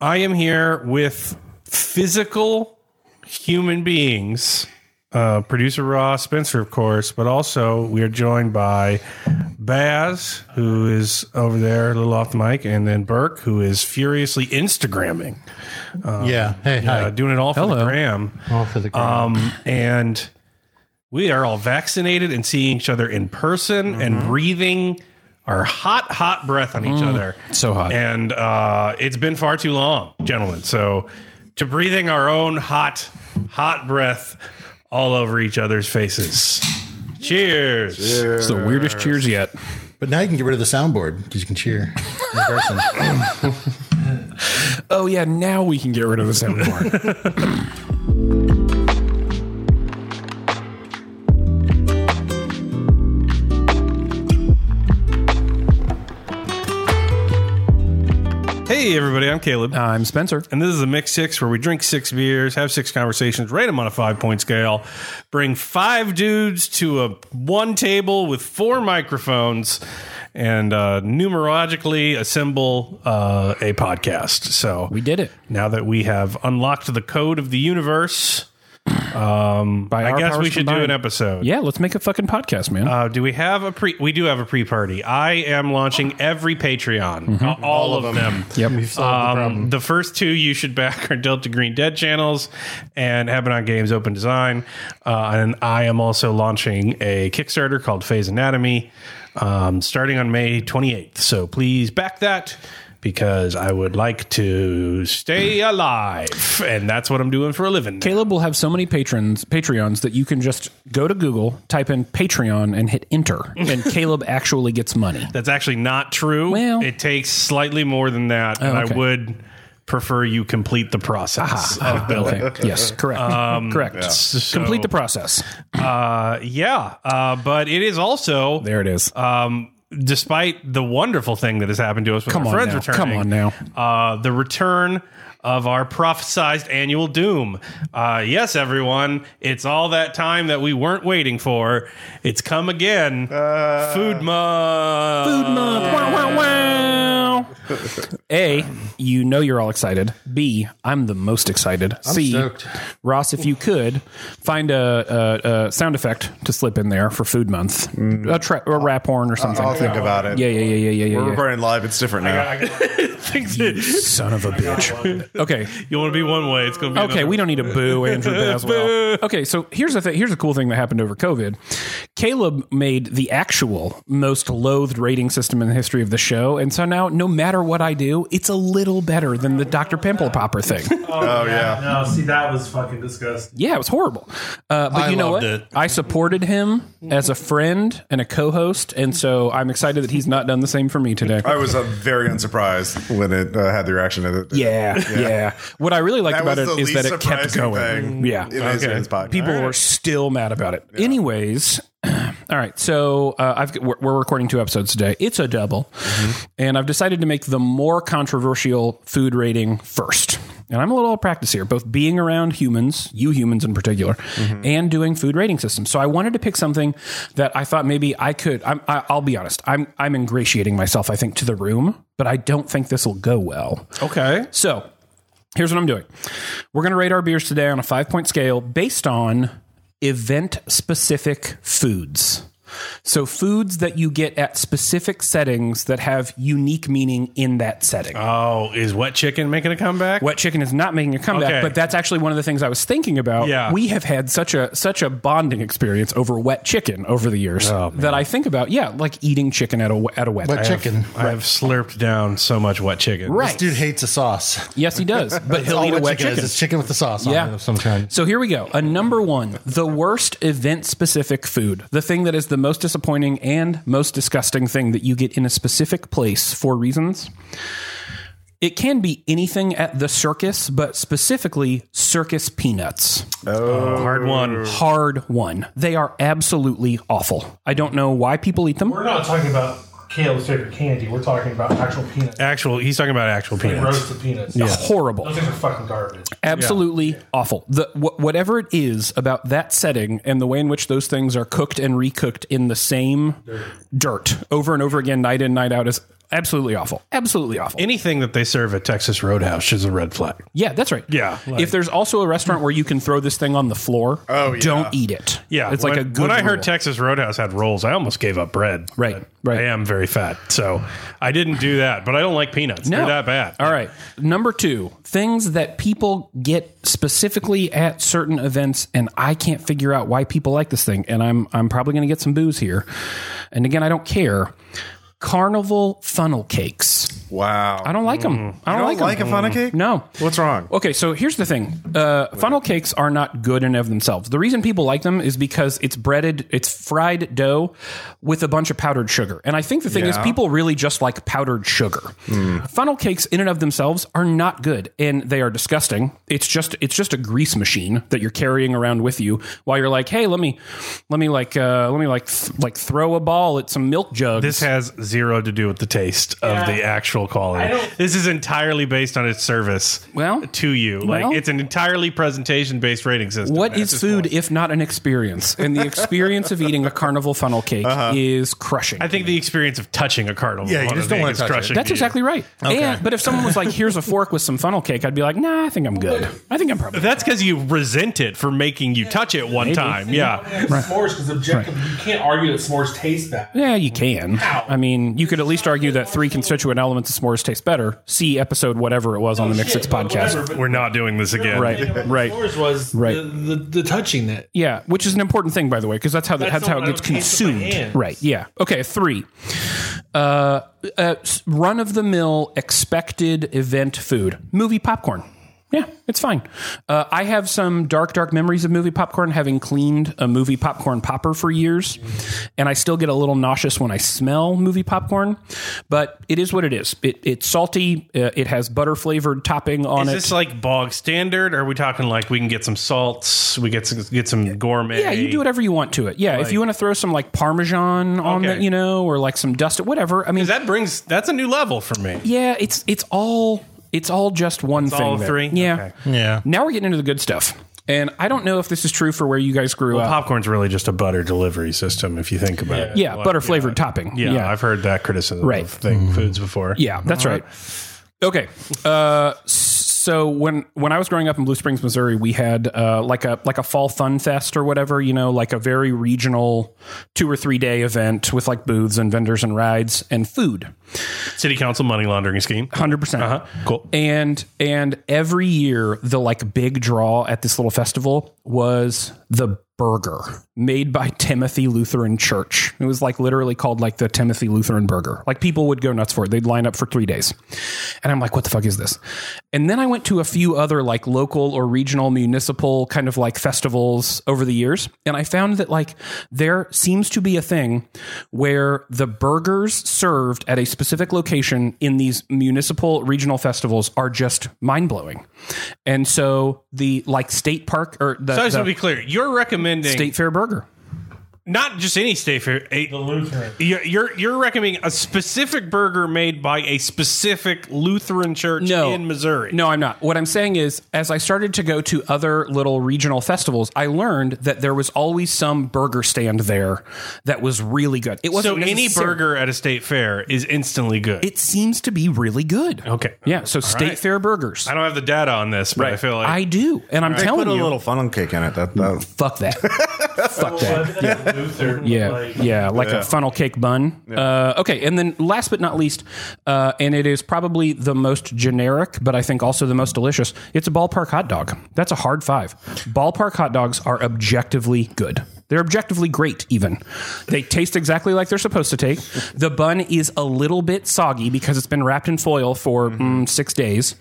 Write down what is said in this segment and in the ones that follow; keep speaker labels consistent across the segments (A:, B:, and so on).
A: I am here with physical human beings. Uh, producer Ross Spencer, of course, but also we are joined by Baz, who is over there a little off the mic, and then Burke, who is furiously Instagramming,
B: yeah. Uh, Hey, hi.
A: uh, doing it all for the
C: Hello.
A: gram.
C: All for the
A: Um, and we are all vaccinated and seeing each other in person
C: Mm-hmm.
A: and breathing our hot, hot breath on each other.
C: Mm, So hot.
A: And uh, it's been far too long, gentlemen. So to breathing our own hot, hot breath all over each other's faces. Cheers.
C: It's the weirdest cheers yet.
B: But now you can get rid of the soundboard because you can cheer in person.
C: Oh yeah, now we can get rid of the soundboard.
A: Hey, everybody. I'm Caleb.
C: Uh, I'm Spencer.
A: And this is a mix six where we drink six beers, have six conversations, rate them on a five point scale, bring five dudes to a one table with four microphones, and uh, numerologically assemble uh, a podcast. So
C: We did it.
A: now that we have unlocked the code of the universe,
C: By
A: I
C: our
A: guess we
C: powers
A: should do an
C: combined.
A: episode.
C: Yeah, let's make a fucking podcast, man.
A: Uh, do we have a pre? We do have a pre party. I am launching every Patreon, uh, all, of them.
C: yep.
A: Um, the first two you should back are Delta Green Dead channels and Habanon Games Open Design. Uh, and I am also launching a Kickstarter called Phase Anatomy um, starting on May 28th. So please back that because I would like to stay alive. And that's what I'm doing for a living.
C: Caleb will have so many patrons, Patreons, that you can just go to Google, type in Patreon, and hit enter, and Caleb actually gets money.
A: That's actually not true.
C: Well- Oh,
A: it takes slightly more than that. and I
C: okay.
A: would prefer you complete the process of billing.
C: Oh, Okay. yes, correct.
A: Um,
C: correct.
A: So-
C: Complete the process.
A: Uh, yeah, uh, but it is also
C: There it is.
A: um, despite the wonderful thing that has happened to us with
C: Come
A: our
C: on
A: friends
C: now.
A: returning.
C: Come on now.
A: Uh, the return of our prophesized annual doom. Uh, yes, everyone, it's all that time that we weren't waiting for. It's come again. Food month.
C: Food month. Wow, wow, wow. A, you know you're all excited. B, I'm the most excited. C,
B: stoked.
C: Ross, if you could find a, a, a sound effect to slip in there for Food Month, a, tra- a rap horn or something.
D: I'll think about it.
C: yeah, yeah, yeah, yeah, yeah,
D: Uh, We're
C: yeah. yeah.
D: recording live. It's different now.
C: Son of a bitch. Okay.
A: You want to be one way. It's going to be
C: Okay,
A: another.
C: we don't need to boo Andrew Baswell. Okay, so here's the thing. Here's a cool thing that happened over COVID. Caleb made the actual most loathed rating system in the history of the show, and so now no matter what I do, it's a little better than the Dr. Pimple Popper thing.
D: Oh, yeah.
E: No, see, that was fucking disgusting.
C: Yeah, it was horrible. Uh, but
B: I
C: you know
B: loved
C: what?
B: it.
C: I supported him as a friend and a co-host, and so I'm excited that he's not done the same for me today.
D: I was uh, very unsurprised when it uh, had the reaction that it.
C: Yeah, yeah, What I really liked about
D: That was
C: it
D: the
C: is that
D: least
C: it kept
D: surprising
C: going.
D: thing
C: Mm, Yeah,
D: in this- in this podcast.
C: People
D: All right.
C: were still mad about it. Anyways, all right. So uh, I've we're, we're recording two episodes today. It's a double, and I've decided to make the more controversial food rating first. And I'm a little out of practice here, both being around humans, you humans in particular, and doing food rating systems. So I wanted to pick something that I thought maybe I could. I'm, I, I'll be honest. I'm I'm ingratiating myself, I think, to the room, but I don't think this will go well.
A: Okay.
C: So here's what I'm doing we're going to rate our beers today on a five point scale based on event specific foods. So foods that you get at specific settings that have unique meaning in that setting.
A: Oh, is wet chicken making a comeback?
C: Wet chicken is not making a comeback,
A: Okay.
C: but that's actually one of the things I was thinking about.
A: Yeah.
C: We have had such a such a bonding experience over wet chicken over the years that I think about, yeah, like eating chicken at a at a wet.
B: But chicken.
A: I have slurped down so much wet chicken.
C: right.
B: Dude hates a sauce.
C: yes, he does. But he'll eat a wet
B: is.
C: chicken.
B: It's chicken with the sauce on it
C: Yeah.
B: of some kind.
C: So here we go. A number one, the worst event specific food, the thing that is the most disappointing and most disgusting thing that you get in a specific place for reasons. It can be anything at the circus, but specifically circus peanuts.
A: Hard one.
C: Hard one. They are absolutely awful. I don't know why people eat them.
E: We're not talking about Caleb's favorite candy. We're talking about actual peanuts.
A: Actual. He's talking about actual peanuts.
E: Roasted peanuts. Yeah.
C: Horrible.
E: Those things are fucking garbage.
C: absolutely awful. The wh- whatever it is about that setting and the way in which those things are cooked and recooked in the same dirt, over and over again, night in night out, is Absolutely awful. Absolutely awful.
A: Anything that they serve at Texas Roadhouse is a red flag.
C: yeah, that's right.
A: Yeah, like-
C: if there's also a restaurant where you can throw this thing on the floor,
D: Oh, yeah.
C: don't eat it.
A: Yeah,
C: It's
A: when,
C: like a good
A: when I heard
C: rule.
A: Texas Roadhouse had rolls, I almost gave up bread.
C: Right, right.
A: I am very fat, so I didn't do that. But I don't like peanuts. They're that bad.
C: All right. Number two, things that people get specifically at certain events, and I can't figure out why people like this thing. And I'm I'm probably going to get some booze here. And again, I don't care. Carnival funnel cakes.
D: Wow.
C: I don't like them. I don't,
D: don't
C: like,
D: like
C: them.
D: a funnel cake?
C: No.
D: What's wrong?
C: Okay, so here's the thing. Uh, funnel cakes are not good in and of themselves. The reason people like them is because it's breaded, it's fried dough with a bunch of powdered sugar. And I think the thing is,
D: Yeah.
C: people really just like powdered sugar. Funnel cakes in and of themselves are not good, and they are disgusting. It's just it's just a grease machine that you're carrying around with you while you're like, hey, let me let me like uh, let me like th- like throw a ball at some milk jugs.
A: This has zero to do with the taste of the actual quality.
E: don't-
A: This is entirely based on its service
C: Well,
A: to you. Like
C: well-
A: it's an entirely presentation based rating system.
C: What
A: That's
C: is
A: just
C: food
A: boring.
C: if not an experience? And the experience of eating a carnival funnel cake
A: Uh-huh.
C: is crushing.
A: I think the experience of touching a carnival.
B: Yeah, you
A: on
B: just
A: a
B: don't
A: thing
B: wanna
A: is
B: touch it.
A: crushing
C: That's
A: you.
C: exactly right. And, but if someone was like, "Here's a fork with some funnel cake," I'd be like, "Nah, I think I'm good. I think I'm probably."
A: That's because you resent it for making you touch it one time. Yeah.
E: S'mores, because objectively, you can't argue that s'mores taste bad.
C: yeah, you can. I mean, you could at least argue that three constituent elements of s'mores taste better. See episode whatever it was on the Mix Six
E: Shit, but
C: podcast.
E: whatever, but
A: We're not doing this again.
C: Right.
E: the S'mores was
C: Right.
E: The, the, the touching that.
C: Yeah, which is an important thing, by the way, because that's how the, that's,
E: That's
C: how it
E: not
C: gets
E: what I would taste with my
C: consumed.
E: hands.
C: Right. Yeah. Okay. Three. Uh, uh, run of the mill expected event food movie popcorn. Yeah, it's fine. Uh, I have some dark, dark memories of movie popcorn, having cleaned a movie popcorn popper for years, and I still get a little nauseous when I smell movie popcorn. But it is what it is. It, it's salty. Uh, it has butter flavored topping
A: Is
C: on it.
A: this like bog standard? Or are we talking like we can get some salts, we get some, get some gourmet?
C: Yeah, you do whatever you want to it. Yeah, if you want to throw some like parmesan on
A: Okay.
C: it, you know, or like some dust, whatever. I mean,
A: That brings that's a new level for me.
C: yeah, it's it's all it's all just one thing.
A: all
C: there.
A: three?
C: Yeah,
A: Okay.
B: Yeah.
C: Now we're getting into the good stuff, and I don't know if this is true for where you guys grew up.
A: Popcorn's really just a butter delivery system if you think about it.
C: yeah, butter flavored topping.
A: Yeah,
C: yeah,
A: I've heard that criticism
C: Right.
A: of thing
E: Mm-hmm.
A: foods before.
C: Yeah, that's right. Okay. Uh, so when when I was growing up in Blue Springs, Missouri, we had uh, like a like a fall fun fest or whatever, you know, like a very regional two or three day event with like booths and vendors and rides and food.
A: City council money laundering scheme.
C: 100%.
A: Cool.
C: And and every year the like big draw at this little festival was the burger made by Timothy Lutheran Church. It was like literally called like the Timothy Lutheran burger. Like people would go nuts for it. They'd line up for 3 days. And I'm like what the fuck is this? And then I went to a few other like local or regional municipal kind of like festivals over the years and I found that like there seems to be a thing where the burgers served at a specific location in these municipal regional festivals are just mind blowing. And so the like state park or the,
A: So I just
C: the
A: want to be clear. You're recommending
C: state fair burger.
A: not just any state fair. A,
E: The Lutheran.
A: you're, you're you're recommending a specific burger made by a specific Lutheran church
C: No.
A: in Missouri.
C: No, I'm not. What I'm saying is, as I started to go to other little regional festivals, I learned that there was always some burger stand there that was really good. It
A: So
C: wasn't
A: any
C: necessar-
A: burger at a state fair is instantly good.
C: It seems to be really good.
A: okay.
C: Yeah. So state
A: right.
C: fair burgers.
A: I don't have the data on this, but I feel like
C: I do, and I'm
D: Put
C: telling
D: a
C: you,
D: little funnel cake in it. That, that,
C: fuck that, fuck that.
E: Yeah. Lutheran.
C: Yeah,
E: Like,
C: yeah, like a funnel cake bun. Uh, okay, and then last but not least, uh, and it is probably the most generic, but I think also the most delicious. It's a ballpark hot dog. That's a hard five. Ballpark hot dogs are objectively good. They're objectively great. Even they taste exactly like they're supposed to take. The bun is a little bit soggy because it's been wrapped in foil for mm, six days,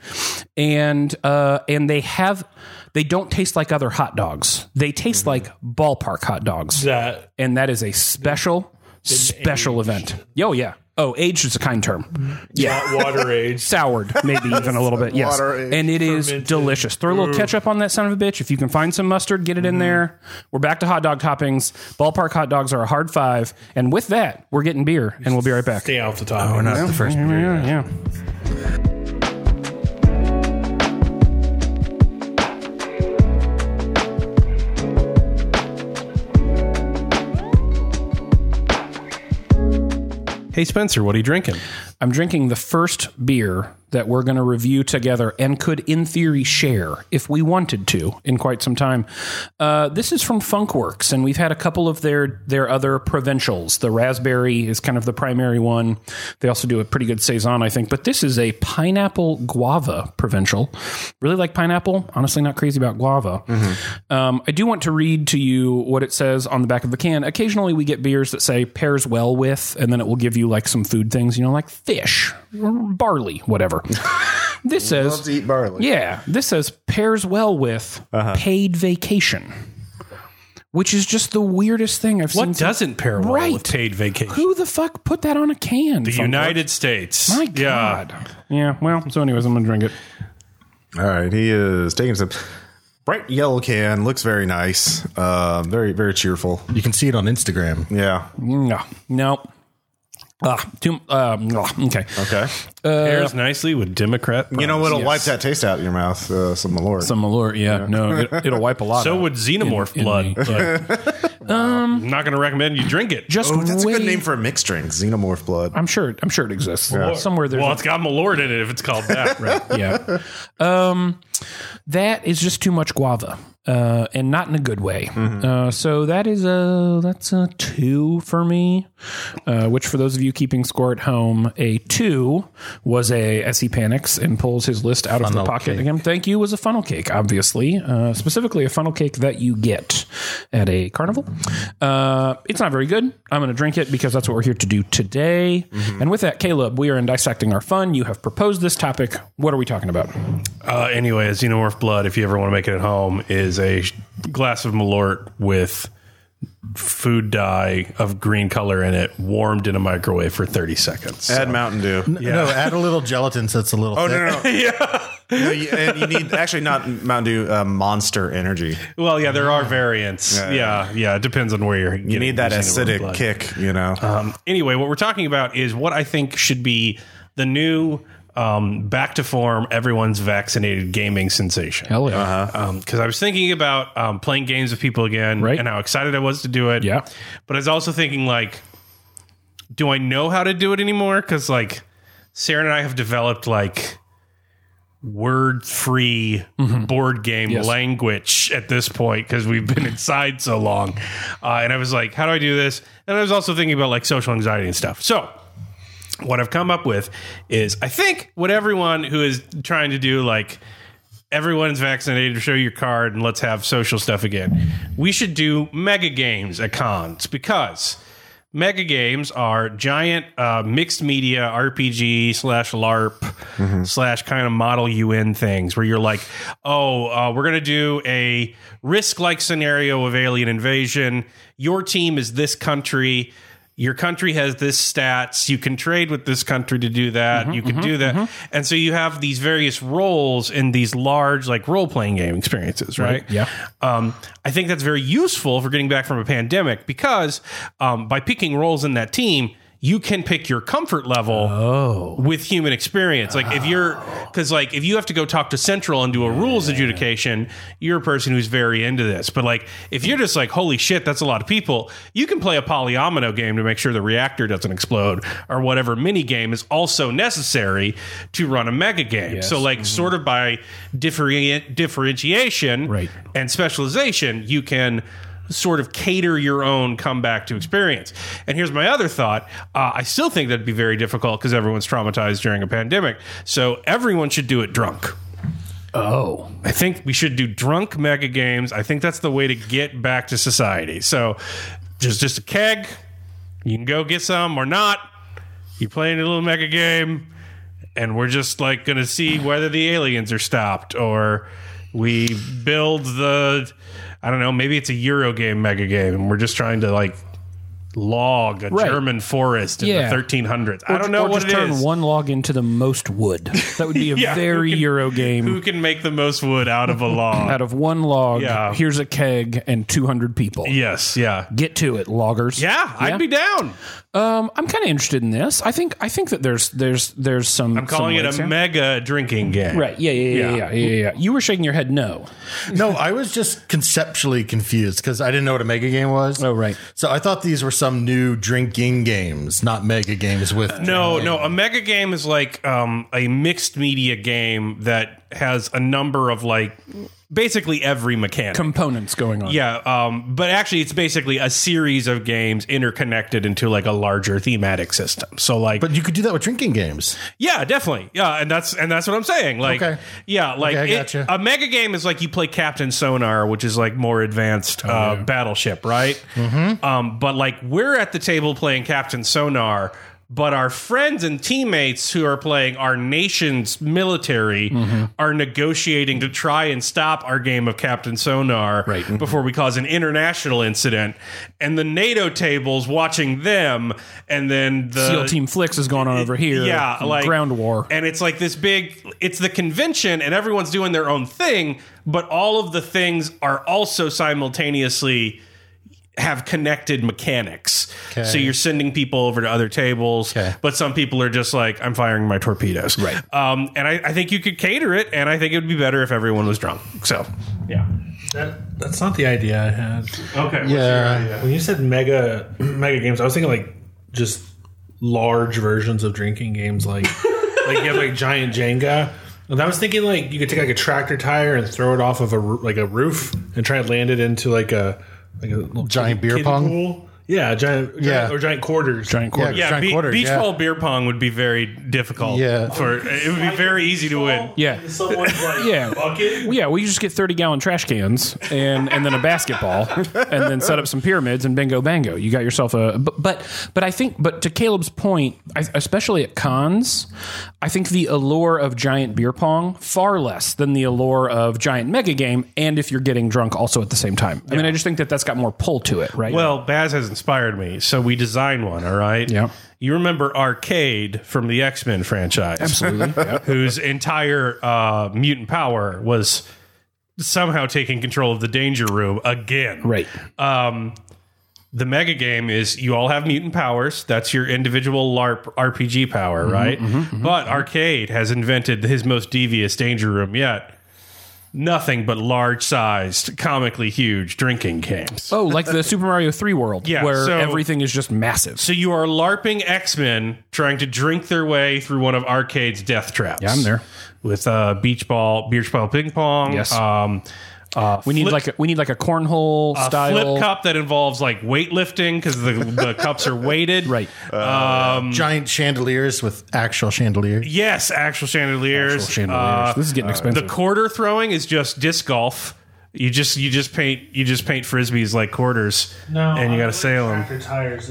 C: and uh, and they have. They don't taste like other hot dogs. They taste like ballpark hot dogs
E: That
C: and that is a special special event. Oh yeah. Oh, aged is a kind term. Yeah.
E: that water age.
C: Soured, maybe even a little bit. Yes.
D: Water aged,
C: And it is
E: fermented.
C: delicious. Throw a little ketchup on that son of a bitch. If you can find some mustard, get it in there. We're back to hot dog toppings. Ballpark hot dogs are a hard five. And with that, we're getting beer and we'll be right back.
E: Stay off the top.
B: We're not the first.
C: Yeah, yeah.
A: Hey Spencer, what are you drinking?
C: I'm drinking the first beer that we're going to review together and could, in theory, share if we wanted to in quite some time. Uh, this is from Funkworks, and we've had a couple of their their other provincials. The raspberry is kind of the primary one. They also do a pretty good saison, I think. But this is a pineapple guava provincial. Really like pineapple. Honestly, not crazy about guava. Um, I do want to read to you what it says on the back of the can. Occasionally, we get beers that say pairs well with, and then it will give you like some food things, you know, like fish, barley, whatever. this says
D: Let's eat barley.
C: yeah, this says pairs well with
A: Uh-huh.
C: paid vacation, which is just the weirdest thing I've
A: What
C: seen.
A: doesn't pair well
C: Right.
A: with paid vacation?
C: Who the fuck put that on a can?
A: the United States.
C: My
A: Yeah.
C: God. Yeah. Well, so anyways, I'm gonna drink it.
D: All right, he is taking some bright yellow can. Looks very nice. Um, very very cheerful.
B: You can see it on Instagram.
D: Yeah.
C: No. No. Ah, too, um, ah, okay.
D: Okay.
A: Pairs nicely with Democrat.
D: you know what'll
C: yes.
D: wipe that taste out of your mouth? Uh, some Malort.
C: Some Malort, yeah. No, it, it'll wipe a lot.
A: So
C: out.
A: would xenomorph
C: in
A: blood. but I'm not going to recommend you drink it.
C: Um, just
D: oh, that's a
C: wait-
D: good name for a mixed drink. Xenomorph blood.
C: I'm sure. I'm sure it exists somewhere. There's
A: well,
C: a-
A: it's got Malord in it if it's called that. right.
C: yeah. Um, that is just too much guava, uh, and not in a good way. Uh, so that is a that's a two for me. Uh, which for those of you keeping score at home, a two was a as he panics and pulls his list out of
B: Funnel
C: the pocket
B: cake.
C: again. Thank you was a funnel cake, obviously, uh, specifically a funnel cake that you get at a carnival. Uh, it's not very good. I'm going to drink it because that's what we're here to do today. And with that, Caleb, we are in dissecting our fun. You have proposed this topic. What are we talking about?
A: Uh, anyway, a xenomorph blood, if you ever want to make it at home, is a sh- glass of Malort with food dye of green color in it, warmed in a microwave for 30 seconds.
D: Add Mountain Dew.
B: No, add a little gelatin so it's a little.
D: Oh
B: thick.
D: no, no, no. yeah. No, you, and you need actually not Mountain Dew. Uh, Monster Energy.
A: Well, yeah, there are variants. Yeah, yeah, it depends on where you're.
D: You need that acidic kick. You know.
A: Um, anyway, what we're talking about is what I think should be the new um, back to form, everyone's vaccinated gaming sensation.
C: Hell yeah.
A: because Um, I was thinking about um, playing games with people again,
C: Uh-huh. Right.
A: and how excited I was to do it.
C: Yeah.
A: but I was also thinking like, do I know how to do it anymore? Because like, Sarah and I have developed like word-free board game
C: Mm-hmm. Yes.
A: language at this point because we've been inside so long. Uh, and I was like, how do I do this? And I was also thinking about like social anxiety and stuff. So what I've come up with is I think what everyone who is trying to do like everyone's vaccinated, show your card, and let's have social stuff again. We should do mega games at cons because mega games are giant uh, mixed media RPG slash LARP slash kind of model UN things where you're like, oh, uh, we're going to do a risk like scenario of alien invasion. Your team is this country your country has this stats you can trade with this country to do that you can do that and so you have these various roles in these large like role-playing game experiences right,
C: Yeah.
A: um, i think that's very useful for getting back from a pandemic because um, by picking roles in that team you can pick your comfort level with human experience. Like if you're, because like if you have to go talk to Central and do a rules adjudication, you're a person who's very into this. But like if you're just like, holy shit, that's a lot of people, you can play a polyomino game to make sure the reactor doesn't explode or whatever mini game is also necessary to run a mega game. So like sort of by differenti- differentiation
C: Right.
A: and specialization, you can sort of cater your own comeback to experience. And here's my other thought. Uh, I still think that'd be very difficult because everyone's traumatized during a pandemic. So everyone should do it drunk.
C: Oh.
A: I think we should do drunk mega games. I think that's the way to get back to society. So just just a keg. You can go get some or not. You play in a little mega game, and we're just like gonna see whether the aliens are stopped or we build the I don't know, maybe it's a Euro game mega game, and we're just trying to like log a
C: Right.
A: German forest in
C: Yeah.
A: the 1300s. I don't know
C: or
A: what
C: just
A: it
C: turn
A: is.
C: one log into the most wood. That would be a
A: Yeah, who
C: very
A: can-
C: Euro game.
A: Who can make the most wood out of a log?
C: out of one log,
A: Yeah.
C: here's a keg and 200 people.
A: yes, yeah.
C: Get to it, loggers.
A: Yeah, I'd be down.
C: Um, I'm kind of interested in this. I think I think that there's there's there's some.
A: I'm calling it a mega drinking game.
C: Right. Yeah. Yeah. Yeah. Yeah. Yeah. yeah, yeah. You were shaking your head no.
B: No, I was just conceptually confused because I didn't know what a mega game was.
C: Oh, right.
B: So I thought these were some new drinking games, not mega games with.
A: No, no. A mega game is like um, a mixed media game that has a number of like basically every mechanic.
C: Components going on.
A: yeah, um, but actually, it's basically a series of games interconnected into like a larger thematic system. So like,
B: But you could do that with drinking games.
A: Yeah, definitely. Yeah, and that's and that's what I'm saying. Like,
B: Okay.
A: yeah, like
B: Okay, I
A: it-
B: gotcha.
A: a mega game is like you play Captain Sonar, which is like more advanced uh, battleship, right? Mm-hmm. Um, but like we're at the table playing Captain Sonar, but our friends and teammates who are playing our nation's military are negotiating to try and stop our game of Captain Sonar
C: Right. Mhm.
A: before we cause an international incident, and the NATO tables watching them, and then the
C: SEAL Team Flicks is going on over here.
A: Uh, yeah, like
C: ground war.
A: and it's like this big. It's the convention, and everyone's doing their own thing, but all of the things are also simultaneously have connected mechanics. So you're sending people over to other tables,
B: Okay.
A: but some people are just like, "I'm firing my torpedoes," right? Um, and I, I think you could cater it, and I think it would be better if everyone was drunk. So yeah,
E: That, that's not the idea I had.
A: okay,
B: Yeah.
E: When you said mega mega games, I was thinking like just large versions of drinking games, like like you have like giant Jenga. And I was thinking like you could take like a tractor tire and throw it off of a roo- like a roof and try and land it into like a like a little
B: Giant beer
E: kiddie
B: pong?
E: pool. Yeah, giant, giant
B: Yeah.
E: or giant quarters.
C: Giant quarter.
B: Yeah.
A: Yeah,
B: Giant
A: be-
B: quarter,
A: beach
B: yeah.
A: ball beer pong would be very difficult.
B: Yeah.
A: for it would be very easy to win.
C: Yeah.
E: Someone's like
C: Yeah.
E: bucket.
C: Well, yeah, we just get 30 gallon trash cans and, and then a basketball and then set up some pyramids and bingo bango. You got yourself a. But but, but I think, but to Caleb's point, I, especially at cons, I think the allure of giant beer pong far less than the allure of giant mega game. And if you're getting drunk also at the same time. I mean, I just think that that's got more pull to it, right?
A: Well, Baz has inspired me, so we designed one. All right.
C: Yeah.
A: You remember Arcade from the X Men franchise? Absolutely. Whose entire uh, mutant power was somehow taking control of the Danger Room again. Um,
C: Right.
A: The mega game is you all have mutant powers. That's your individual LARP RPG power,
C: Mm-hmm,
A: right? but Arcade has invented his most devious Danger Room yet. Nothing but large sized, comically huge drinking games.
C: Oh, like the Super Mario 3 world
A: Yeah,
C: where
A: so-
C: everything is just massive.
A: So you are LARPing X Men trying to drink their way through one of Arcade's death traps.
C: Yeah, I'm there.
A: With uh, beach ball, beach ball ping pong.
C: Yes.
A: Um, uh,
C: We need
A: flip-
C: like a, we need like a cornhole
A: a
C: style
A: flip cup that involves like weightlifting because the, the cups are weighted.
C: Right.
B: Giant chandeliers with actual chandeliers.
A: Yes, actual chandeliers.
C: Actual chandeliers. This is getting expensive.
A: Uh, The quarter throwing is just disc golf. You just you just paint you just paint frisbees like quarters. and you got to sail them.
E: Tractor tires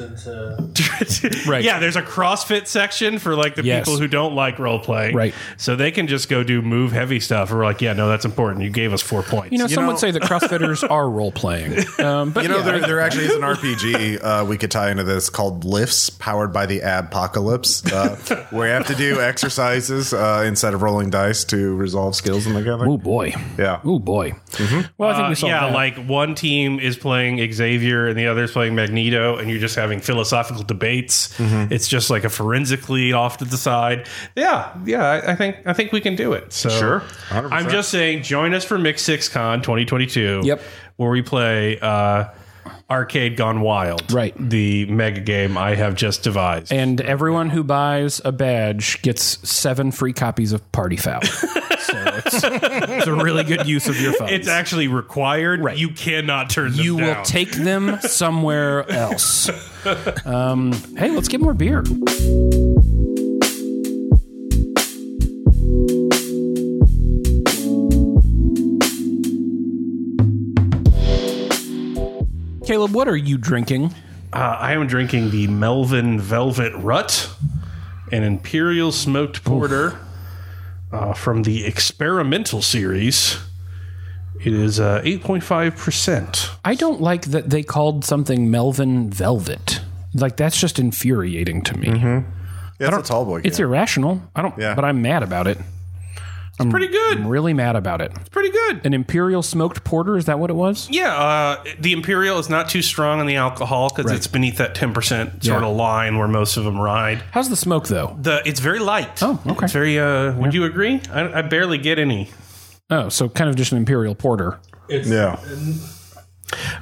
E: into
C: Right.
A: Yeah, there's a CrossFit section for like the
C: Yes.
A: people who don't like role play.
C: Right.
A: So they can just go do move heavy stuff. We're like, yeah, no, that's important. You gave us four points.
C: You know, some
D: know-
C: would say that CrossFitters are role playing. Um, but
D: You know,
C: yeah,
D: there, there actually is an RPG uh, we could tie into this called Lifts, powered by the Apocalypse, uh, where you have to do exercises uh, instead of rolling dice to resolve skills in the
C: oh
D: game.
C: boy,
D: Yeah. Mm-hmm.
C: oh boy. Well, I think
A: Uh,
C: we saw
A: yeah,
C: that.
A: like one team is playing Xavier and the other is playing Magneto, and you're just having philosophical debates.
C: Mm-hmm.
A: It's just like a forensically off to the side. Yeah, yeah, I, I think I think we can do it. So
D: Sure.
A: I'm
D: 100%.
A: just saying, join us for Mix Six Con 2022.
C: Yep.
A: where we play. Uh, Arcade Gone Wild,
C: Right.
A: The mega game I have just devised.
C: and everyone who buys a badge gets seven free copies of Party Foul. so it's, it's a really good use of your funds.
A: It's actually required. Right. You cannot turn them
C: you
A: down.
C: will take them somewhere else. Um, hey, let's get more beer. Caleb, what are you drinking?
A: Uh, I am drinking the Melvin Velvet Rut, an Imperial Smoked Porter uh, from the Experimental Series. It is uh, 8.5%.
C: I don't like that they called something Melvin Velvet. Like that's just infuriating to me.
A: Mm-hmm.
D: Yeah, it's a tall boy.
C: It's irrational. I don't.
D: Yeah.
C: But I'm mad about it. I'm
A: Pretty good.
C: I'm really mad about it.
A: It's pretty good.
C: An imperial smoked porter is that what it was?
A: Yeah, uh, the imperial is not too strong on the alcohol because it's beneath that ten percent sort
C: Yeah.
A: of line where most of them ride.
C: How's the smoke though?
A: The it's very light.
C: Oh, okay.
A: It's very. Uh, would you agree? I, I barely get any,
C: Oh, so kind of just an imperial porter.
E: It's,
D: Yeah.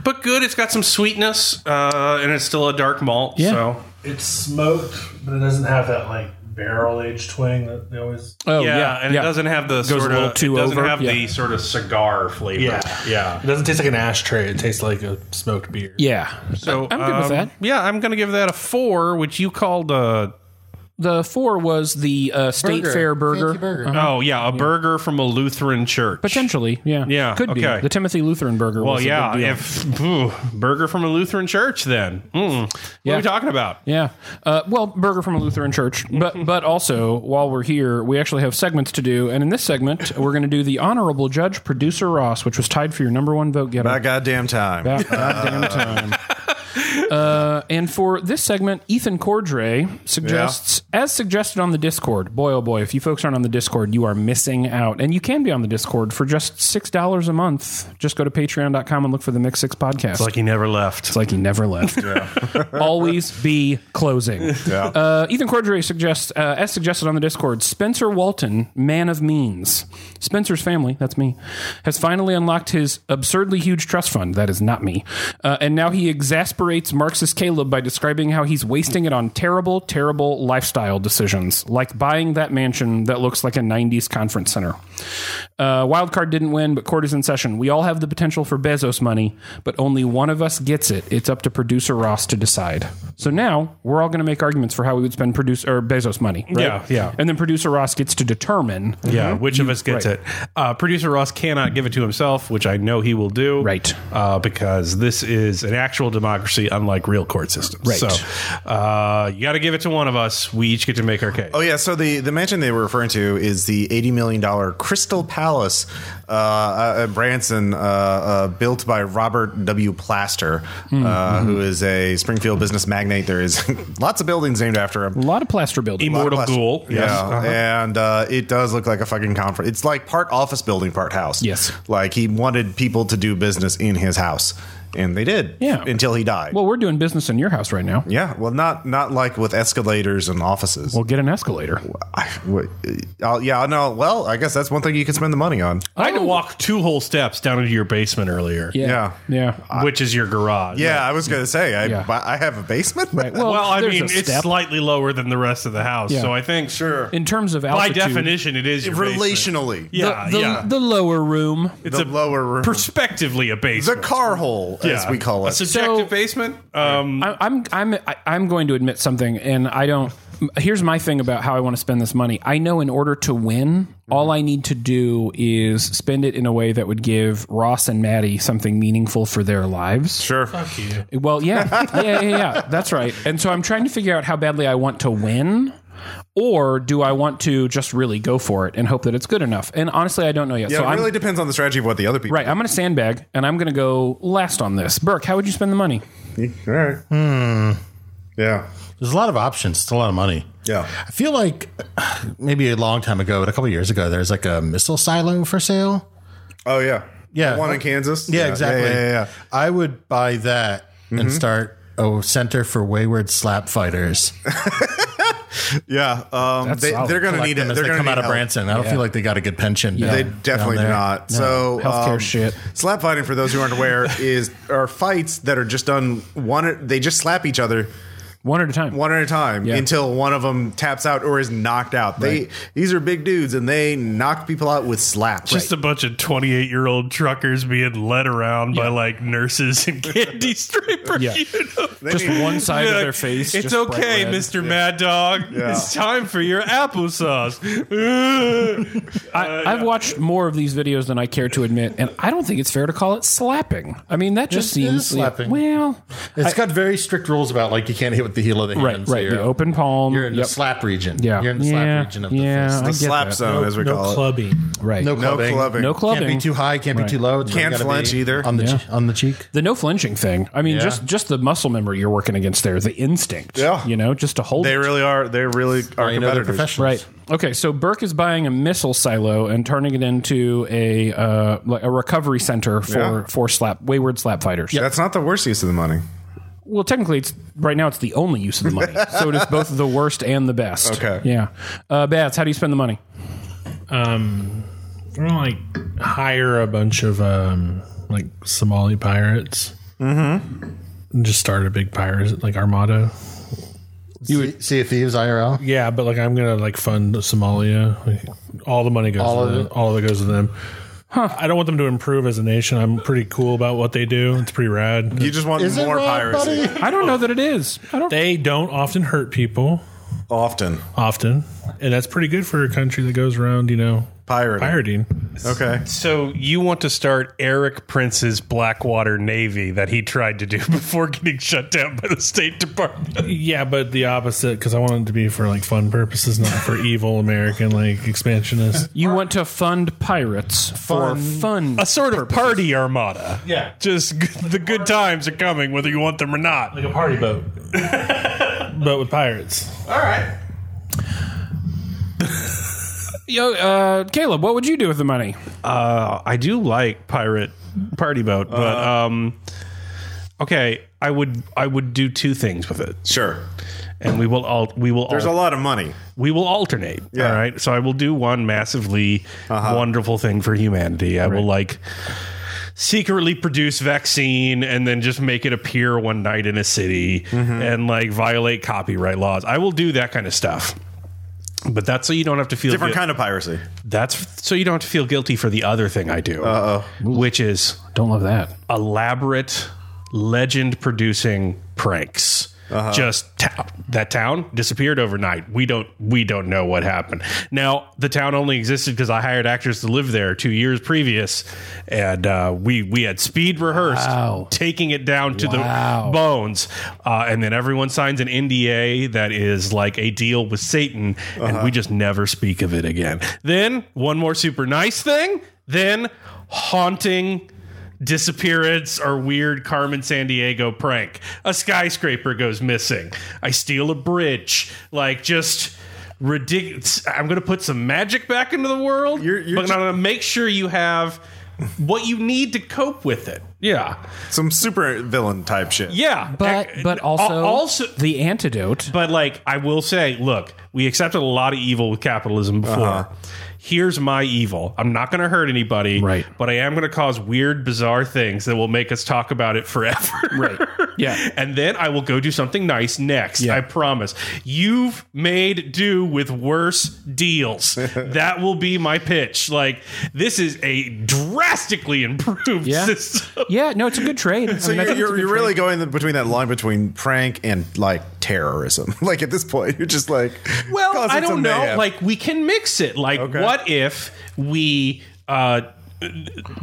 A: but good. It's got some sweetness, uh, and it's still a dark malt.
C: Yeah.
A: So
E: it's smoked, but it doesn't have that like barrel aged twang that they always.
C: Oh
A: yeah,
C: yeah,
A: and it doesn't have the
C: a
A: sort
C: little
A: of. It
C: too
A: doesn't
C: over,
A: have
C: yeah.
A: the sort of cigar flavor.
E: yeah. It doesn't taste like an ashtray. It tastes like a smoked beer.
C: Yeah,
A: So
C: I'm good with
A: um,
C: that.
A: Yeah, I'm going to give that a four, which you called a.
C: The four was the uh, state
B: Burger.
C: fair burger.
B: Fancy burger.
A: Oh yeah, a burger from a Lutheran church.
C: Potentially, yeah,
A: Yeah,
C: could
A: okay.
C: be the Timothy Lutheran burger.
A: Well,
C: was a
A: yeah,
C: big deal.
A: if ooh, burger from a Lutheran church, then mm. what are
C: Yeah.
A: we talking about?
C: Yeah. Uh, well, burger from a Lutheran church, but but also while we're here, we actually have segments to do, and in this segment, we're going to do the honorable judge producer Ross, which was tied for your number one vote getter.
D: That goddamn time.
C: About goddamn time. Uh, and for this segment, Ethan Cordray suggests, as suggested on the Discord. Boy, oh boy, if you folks aren't on the Discord, you are missing out. And you can be on the Discord for just $6 a month. Just go to patreon.com and look for the Mix Six podcast. It's
A: Like he never left.
C: like he never left. Always be closing. Uh, Ethan Cordray suggests, uh, as suggested on the Discord, Spencer Walton, man of means. Spencer's family, that's me, has finally unlocked his absurdly huge trust fund. That is not me. Uh, and now he exasperates Marxist Caleb by describing how he's wasting it on terrible, terrible lifestyle decisions, like buying that mansion that looks like a 90s conference center. Uh, Wildcard didn't win, but court is in session. We all have the potential for Bezos money, but only one of us gets it. It's up to producer Ross to decide. So now we're all going to make arguments for how we would spend producer or Bezos money. right?
A: Yeah, yeah.
C: And then producer Ross gets to determine.
A: yeah, which of us gets
C: Mm-hmm. right.
A: it? Uh, Producer Ross cannot give it to himself, which I know he will do.
C: Right.
A: Uh, because this is an actual democracy, unlike real court systems.
C: Right.
A: So uh, you got to give it to one of us. We each get to make our case.
D: Oh yeah, so the the mansion they were referring to is the eighty million dollar Crystal Palace, uh, uh, at Branson, uh, uh, built by Robert W. Plaster,
C: Hmm,
D: uh, who is a Springfield business magnate. There is lots of buildings named after him.
C: A lot of plaster building.
A: Immortal ghoul.
D: Yeah,
C: uh-huh.
D: and uh, it does look like a fucking conference. It's like part office building, part house.
C: Yes.
D: like he wanted people to do business in his house, and they did.
C: Yeah.
D: until he died.
C: well, we're doing business in your house right now.
D: yeah, well, not not like with escalators and offices.
C: We'll get an escalator.
D: I, w- uh, yeah, no. Well, I guess that's one thing you can spend the money on.
A: I had to walk two whole steps down into your basement earlier,
D: Yeah.
C: Oh. Yeah.
A: which is your garage.
D: Yeah, I was gonna say I,
C: Yeah.
D: I have a basement.
C: Right. Well,
A: Well, I
C: there's
A: mean,
C: a
A: it's
C: step.
A: slightly lower than the rest of the house.
C: Yeah.
A: So I think, sure.
C: in terms of
A: By
C: altitude,
A: definition, it is your basement.
D: relationally,
C: the,
A: Yeah,
C: the,
A: yeah.
C: the lower room.
A: it's a
D: the lower room,
A: perspectively a
D: the
A: basement.
D: car hole, as
A: Yeah.
D: we call
A: A
D: it.
A: subjective
C: So-
A: basement. Um,
C: I- I'm I'm I- I'm going to admit something, and I don't. Here's my thing about how I want to spend this money. I know in order to win, all I need to do is spend it in a way that would give Ross and Maddie something meaningful for their lives.
D: sure.
C: Well, yeah, yeah, yeah, yeah. That's right. And so I'm trying to figure out how badly I want to win. Or do I want to just really go for it and hope that it's good enough? And honestly, I don't know yet.
D: Yeah,
C: so
D: it
C: I'm
D: really depends on the strategy of what the other people.
C: right. I'm going to sandbag, and I'm going to go last on this. Burke, how would you spend the money?
D: All right. Yeah.
B: There's a lot of options. It's a lot of money.
D: Yeah.
B: I feel like maybe a long time ago, but a couple years ago, there's like a missile silo for sale.
D: Oh yeah.
B: Yeah.
D: The One in Kansas.
B: Yeah, exactly.
D: Yeah, yeah, Mm-hmm. yeah.
B: I would buy that and start a center for wayward slap fighters.
D: yeah. Um, they,
C: solid.
D: they're gonna
B: Like
D: need it.
B: them as
D: They're
B: they
D: gonna
B: come
D: need
B: out of
D: help.
B: Branson. I don't feel like they got a good pension.
D: They
B: down-
D: definitely do
B: down there.
D: not. So
C: Healthcare
D: um,
C: shit.
D: Slap fighting, for those who aren't aware, is are fights that are just done one. They just slap each other
C: One at a time.
D: one at a time
C: Yeah.
D: until one of them taps out or is knocked out. They these are big dudes and they knock people out with slaps.
A: just a bunch of 28 year old truckers being led around by like nurses and candy strippers.
C: Yeah. just one side of
A: Look,
C: their face.
A: It's
C: just bright
A: okay,
C: red.
A: Mr. Mad Dog. It's time for your applesauce.
C: I,
D: Uh,
C: I've watched more of these videos than I care to admit, and I don't think it's fair to call it slapping. I mean, that just
B: It is
C: seems
B: slapping.
C: well.
B: It's got very strict rules about like you can't hit with the heel of the hand.
C: Right,
B: so
C: right.
B: You're,
C: The open palm.
B: you're in the
C: Yep.
B: slap region.
C: Yeah.
B: You're in the slap
C: Yeah,
B: region of the
C: yeah,
B: fist.
C: I
D: The
C: get
D: slap
C: that.
D: zone, as we
E: no
D: call it.
E: clubbing.
C: Right.
B: No
D: No
B: clubbing.
D: clubbing.
C: No clubbing.
B: Can't be too high. Can't
C: Right.
B: be too low. It's
D: Can't
B: gotta be
D: flinch either.
B: on the
C: Yeah.
B: che- on the cheek.
C: the no flinching thing. I mean,
B: Yeah.
C: just just the muscle memory you're working against there, the instinct.
D: Yeah.
C: You know, just to hold
D: They
C: it.
D: really are. They really are
B: You know they're
D: competitors.
B: professionals.
C: Right. Okay. So Burke is buying a missile silo and turning it into a uh, like a recovery center for
D: Yeah.
C: for slap wayward slap fighters.
D: That's not the worst use of the money.
C: Well, technically, it's right now it's the only use of the money. so it is both the worst and the best.
D: Okay.
C: Yeah. Uh, Bats, how do you spend the money?
E: Um, we're gonna like hire a bunch of um like Somali pirates. Mm-hmm. And just start a big pirate like armada.
B: You would see a thieves IRL.
E: Yeah, but like I'm gonna like fund Somalia. Like, all the money goes
B: All
E: to
B: of
E: them.
B: it?
E: All of it goes to them. I don't want them to improve as a nation. I'm pretty cool about what they do. It's pretty rad.
D: You just want
B: Is it
D: more
B: right,
D: piracy.
B: buddy?
C: I don't know that it is. I don't.
E: They don't often hurt people,
D: Often.
E: often, and that's pretty good for a country that goes around, you know,
D: Pirating.
E: pirating.
D: Okay.
A: So you want to start Eric Prince's Blackwater Navy that he tried to do before getting shut down by the State Department?
E: Yeah, but the opposite because I want it to be for like fun purposes, not for evil American like expansionists.
C: You want to fund pirates for fun.
A: A sort of party armada.
E: Yeah.
A: Just g- the good times are coming, whether you want them or not.
E: Like a party boat, but with pirates.
C: Yo, uh, Caleb, what would you do with the money?
A: Uh, I do like pirate party boat, but um, okay, I would I would do two things with it,
D: Sure.
A: and we will all we will
D: There's a lot of money.
A: we will alternate.
D: Yeah. Uh-huh.
A: All right. So I will do one massively wonderful thing for humanity. I will like secretly produce vaccine and then just make it appear one night in a city
D: Mm-hmm.
A: and like violate copyright laws. I will do that kind of stuff. But that's so you don't have to feel
D: Different
A: gui-
D: kind of piracy.
A: That's so you don't have to feel guilty for the other thing I do, Uh-oh. which is
C: Don't love that.
A: elaborate legend producing pranks. Just ta- that town disappeared overnight. We don't we don't know what happened. Now the town only existed because I hired actors to live there two years previous, and uh, we we had speed rehearsed
C: Wow.
A: taking it down to
C: Wow.
A: the bones, uh, and then everyone signs an NDA that is like a deal with Satan, and
D: Uh-huh.
A: we just never speak of it again. Then one more super nice thing. Then haunting disappearance or weird Carmen San Diego prank. A skyscraper goes missing. I steal a bridge. Like just ridiculous. I'm going to put some magic back into the world,
D: You're- you're
A: but
D: ju-
A: I'm going to make sure you have what you need to cope with it. Yeah,
D: Some super villain type shit.
A: yeah,
C: But
A: Ec-
C: but
A: al-
C: also,
A: also.
C: the antidote.
A: But like I will say, look, we accepted a lot of evil with capitalism before.
C: Uh-huh.
A: Here's my evil. I'm not going to hurt anybody,
C: Right.
A: But I am going to cause weird, bizarre things that will make us talk about it forever,
C: Right. Yeah.
A: And then I will go do something nice next. I promise. You've made do with worse deals. that will be my pitch. Like this is a drastically improved
C: Yeah.
A: system.
C: Yeah, no, it's a good trade.
D: So you're, you're, you're really going the- between that line between prank and like terrorism. Like at this point, you're just like,
A: Well,
D: causing
A: I don't
D: some
A: know.
D: mayhem.
A: Like we can mix it. Like
D: Okay.
A: what if we uh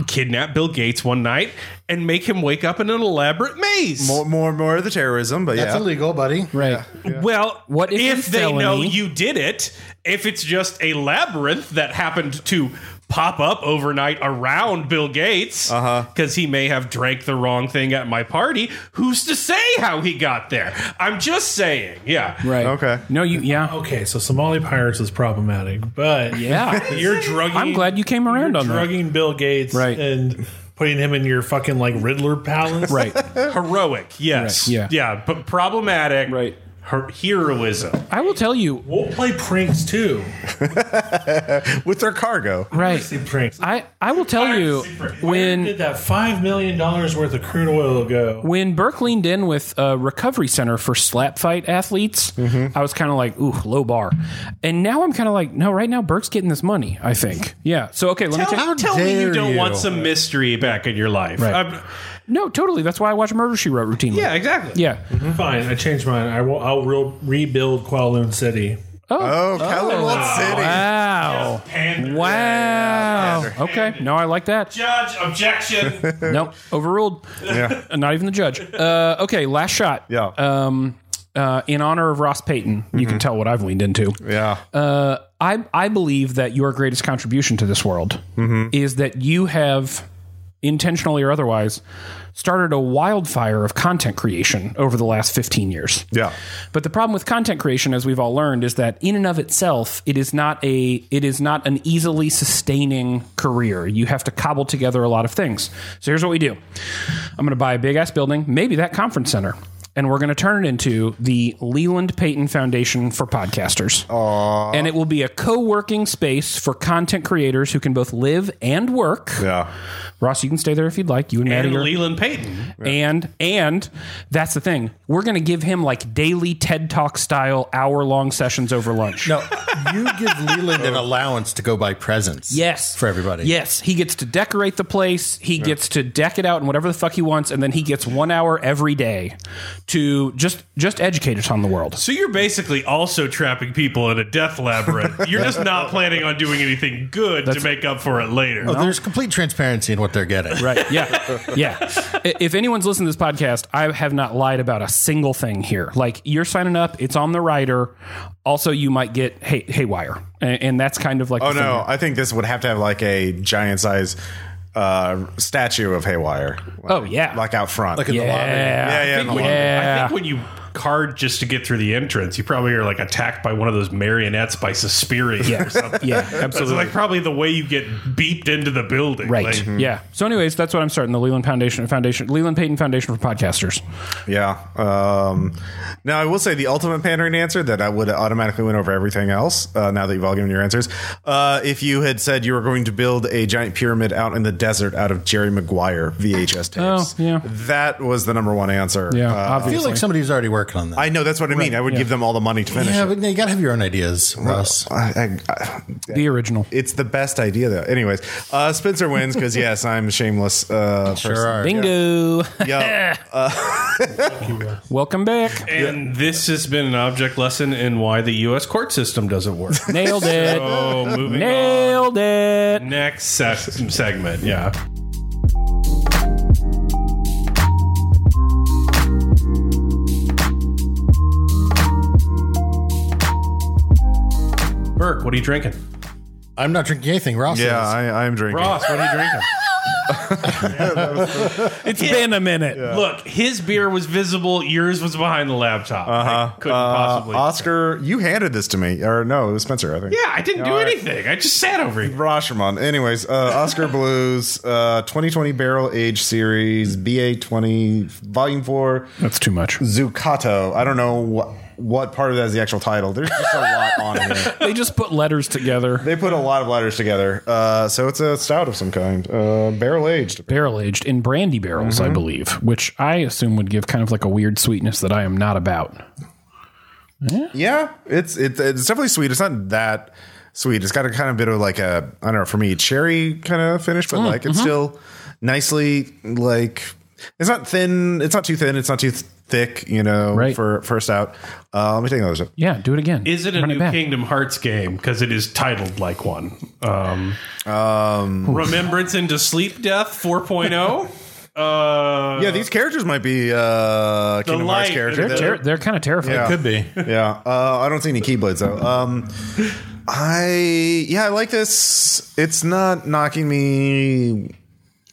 A: kidnap Bill Gates one night and make him wake up in an elaborate maze?
D: more, more, more of the terrorism, but
B: That's
D: yeah,
B: illegal, buddy.
C: right.
A: Well,
C: What if in
A: they
C: felony-
A: know you did it? If it's just a labyrinth that happened to pop up overnight around Bill Gates
D: Uh-huh.
A: because he may have drank the wrong thing at my party, who's to say how he got there? I'm just saying. Yeah.
C: Right.
D: Okay.
C: No, you. Yeah.
E: Okay, so Somali pirates is problematic, but
C: Yeah.
E: you're drugging.
C: I'm glad you came around
E: you're
C: on that.
E: drugging Bill Gates,
C: Right.
E: and putting him in your fucking like Riddler palace,
C: Right.
A: Heroic. Yes.
C: Right, yeah.
A: Yeah. But problematic.
C: Right.
A: Her- heroism.
C: I will tell you.
E: We'll play pranks too.
D: with their cargo.
C: Right.
E: See pranks.
C: I I will tell you
E: Where
C: when
E: did that five million dollars worth of crude oil go?
C: when Burke leaned in with a recovery center for slap fight athletes, I was kind of like, ooh, low bar. And now I'm kind of like, no, right now Burke's getting this money. I think. Yeah. So okay, let me check.
A: Tell, tell me you
B: dare
A: don't
B: you.
A: want some mystery back in your life.
C: Right.
A: I'm-
C: No, totally. That's why I watch Murder She Wrote routinely.
A: yeah, exactly.
C: Yeah.
E: Fine, I changed mine. I will. I'll re- rebuild Kuala Lumpur City.
D: Oh, Calumet City.
C: Wow.
A: Pander.
C: Wow. Okay. No, I like that.
A: Judge, objection.
C: Nope. Overruled.
D: Yeah.
C: Not even the judge. Uh, okay. Last shot.
D: Yeah.
C: Um, uh, in honor of Ross Payton, you can tell what I've leaned into.
D: Yeah.
C: Uh, I I believe that your greatest contribution to this world is that you have intentionally or otherwise started a wildfire of content creation over the last 15 years.
D: yeah.
C: But the problem with content creation, as we've all learned, is that in and of itself, it is not a it is not an easily sustaining career. You have to cobble together a lot of things. So here's what we do: I'm going to buy a big ass building, maybe that conference center, and we're going to turn it into the Leland Payton Foundation for podcasters, and it will be a co-working space for content creators who can both live and work.
D: Yeah.
C: Ross, you can stay there if you'd like. You and Maddie
A: And
C: are-
A: Leland Payton.
C: and and that's the thing. We're going to give him like daily TED Talk style hour long sessions over lunch.
B: No, you give Leland an allowance to go buy presents.
C: Yes.
B: For everybody.
C: Yes. He gets to decorate the place. He gets to deck it out and whatever the fuck he wants and then he gets 1 hour every day to just just educate us on the world.
A: So you're basically also trapping people in a death labyrinth. You're just not planning on doing anything good to make up for it later.
B: Oh, there's complete transparency in what they're getting.
C: Right. Yeah. Yeah. I- if anyone's listening to this podcast, I have not lied about a single thing here. Like you're signing up, it's on the rider. Also, you might get hay- haywire. And, and that's kind of like
D: Oh
C: the thing.
D: no, I think this would have to have like a giant size uh, statue of Haywire.
C: Oh, yeah.
D: like out front.
B: Like in the lobby.
D: yeah, yeah,
A: I
D: in
A: think,
D: the
A: when,
D: lobby.
A: I think when you card just to get through the entrance, you probably are like attacked by one of those marionettes by Suspiria or something.
C: Yeah,
A: That's
C: absolutely.
A: like probably the way you get beeped into the building.
C: Right.
A: Like,
C: Yeah. So, anyways, that's what I'm starting the Leland Foundation, Foundation, Leland Payton Foundation for podcasters.
D: Yeah. Um, now I will say the ultimate pandering answer that I would automatically win over everything else. Uh, now that you've all given your answers, uh, if you had said you were going to build a giant pyramid out in the desert out of Jerry Maguire VHS tapes,
C: Oh, yeah.
D: that was the number one answer.
C: Yeah,
B: I
D: Uh,
B: feel
C: obviously.
B: like somebody's already working on that.
D: I know that's what I mean. I would give them all the money to finish.
B: yeah,
D: it.
B: but you got to have your own ideas, Russ.
D: I, I, I,
C: the original.
D: it's the best idea though. Anyways, uh, Spencer wins because yes, I'm shameless. Uh,
B: Sure are.
C: Bingo.
D: Yeah.
C: Welcome back.
A: And this has been an object lesson in why the U.S. court system doesn't work.
C: Nailed it.
A: so moving on.
C: Nailed it.
A: Next se- segment. Yeah. Burke, what are you drinking?
B: I'm not drinking anything, Ross.
D: Yeah,
B: is.
D: I, I'm drinking.
A: Ross, what are you drinking?
C: It's been a minute.
A: Look, his beer was visible. Yours was behind the laptop. I couldn't possibly.
D: Uh, Oscar, you handed this to me, or no, it was Spencer, I think.
A: yeah, I didn't do
D: All right.
A: anything. I just sat over here.
D: Rashomon. Anyways, uh, Oscar Blues, uh, 2020 Barrel Age Series, BA20, Volume 4,
C: That's too much.
D: Zuccato. I don't know what, what part of that is the actual title. There's just a lot on here.
C: They just put letters together.
D: They put a lot of letters together. Uh, so it's a stout of some kind, uh, barrel aged.
C: Barrel aged in brandy barrels, I believe, which I assume would give kind of like a weird sweetness that I am not about.
D: Yeah, it's it, it's definitely sweet. It's not that sweet. It's got a kind of bit of like a I don't know for me cherry kind of finish, but like it's still nicely like it's not thin. It's not too thin. It's not too th- thick. You know,
C: Right.
D: for first out. Uh, let me take another sip.
C: Yeah, do it again.
A: Is it a
C: Run
A: new
C: back.
A: Kingdom Hearts game? Because it is titled like one. Um,
D: Um,
A: Remembrance into Sleep Death 4.0. Uh,
D: Yeah, these characters might be uh, Kingdom Hearts
A: light-
D: characters.
A: they're
C: Ter- they're kind of terrifying.
D: Yeah.
B: Could be.
D: yeah. Uh, I don't see any keyblades though. Um, I yeah, I like this. It's not knocking me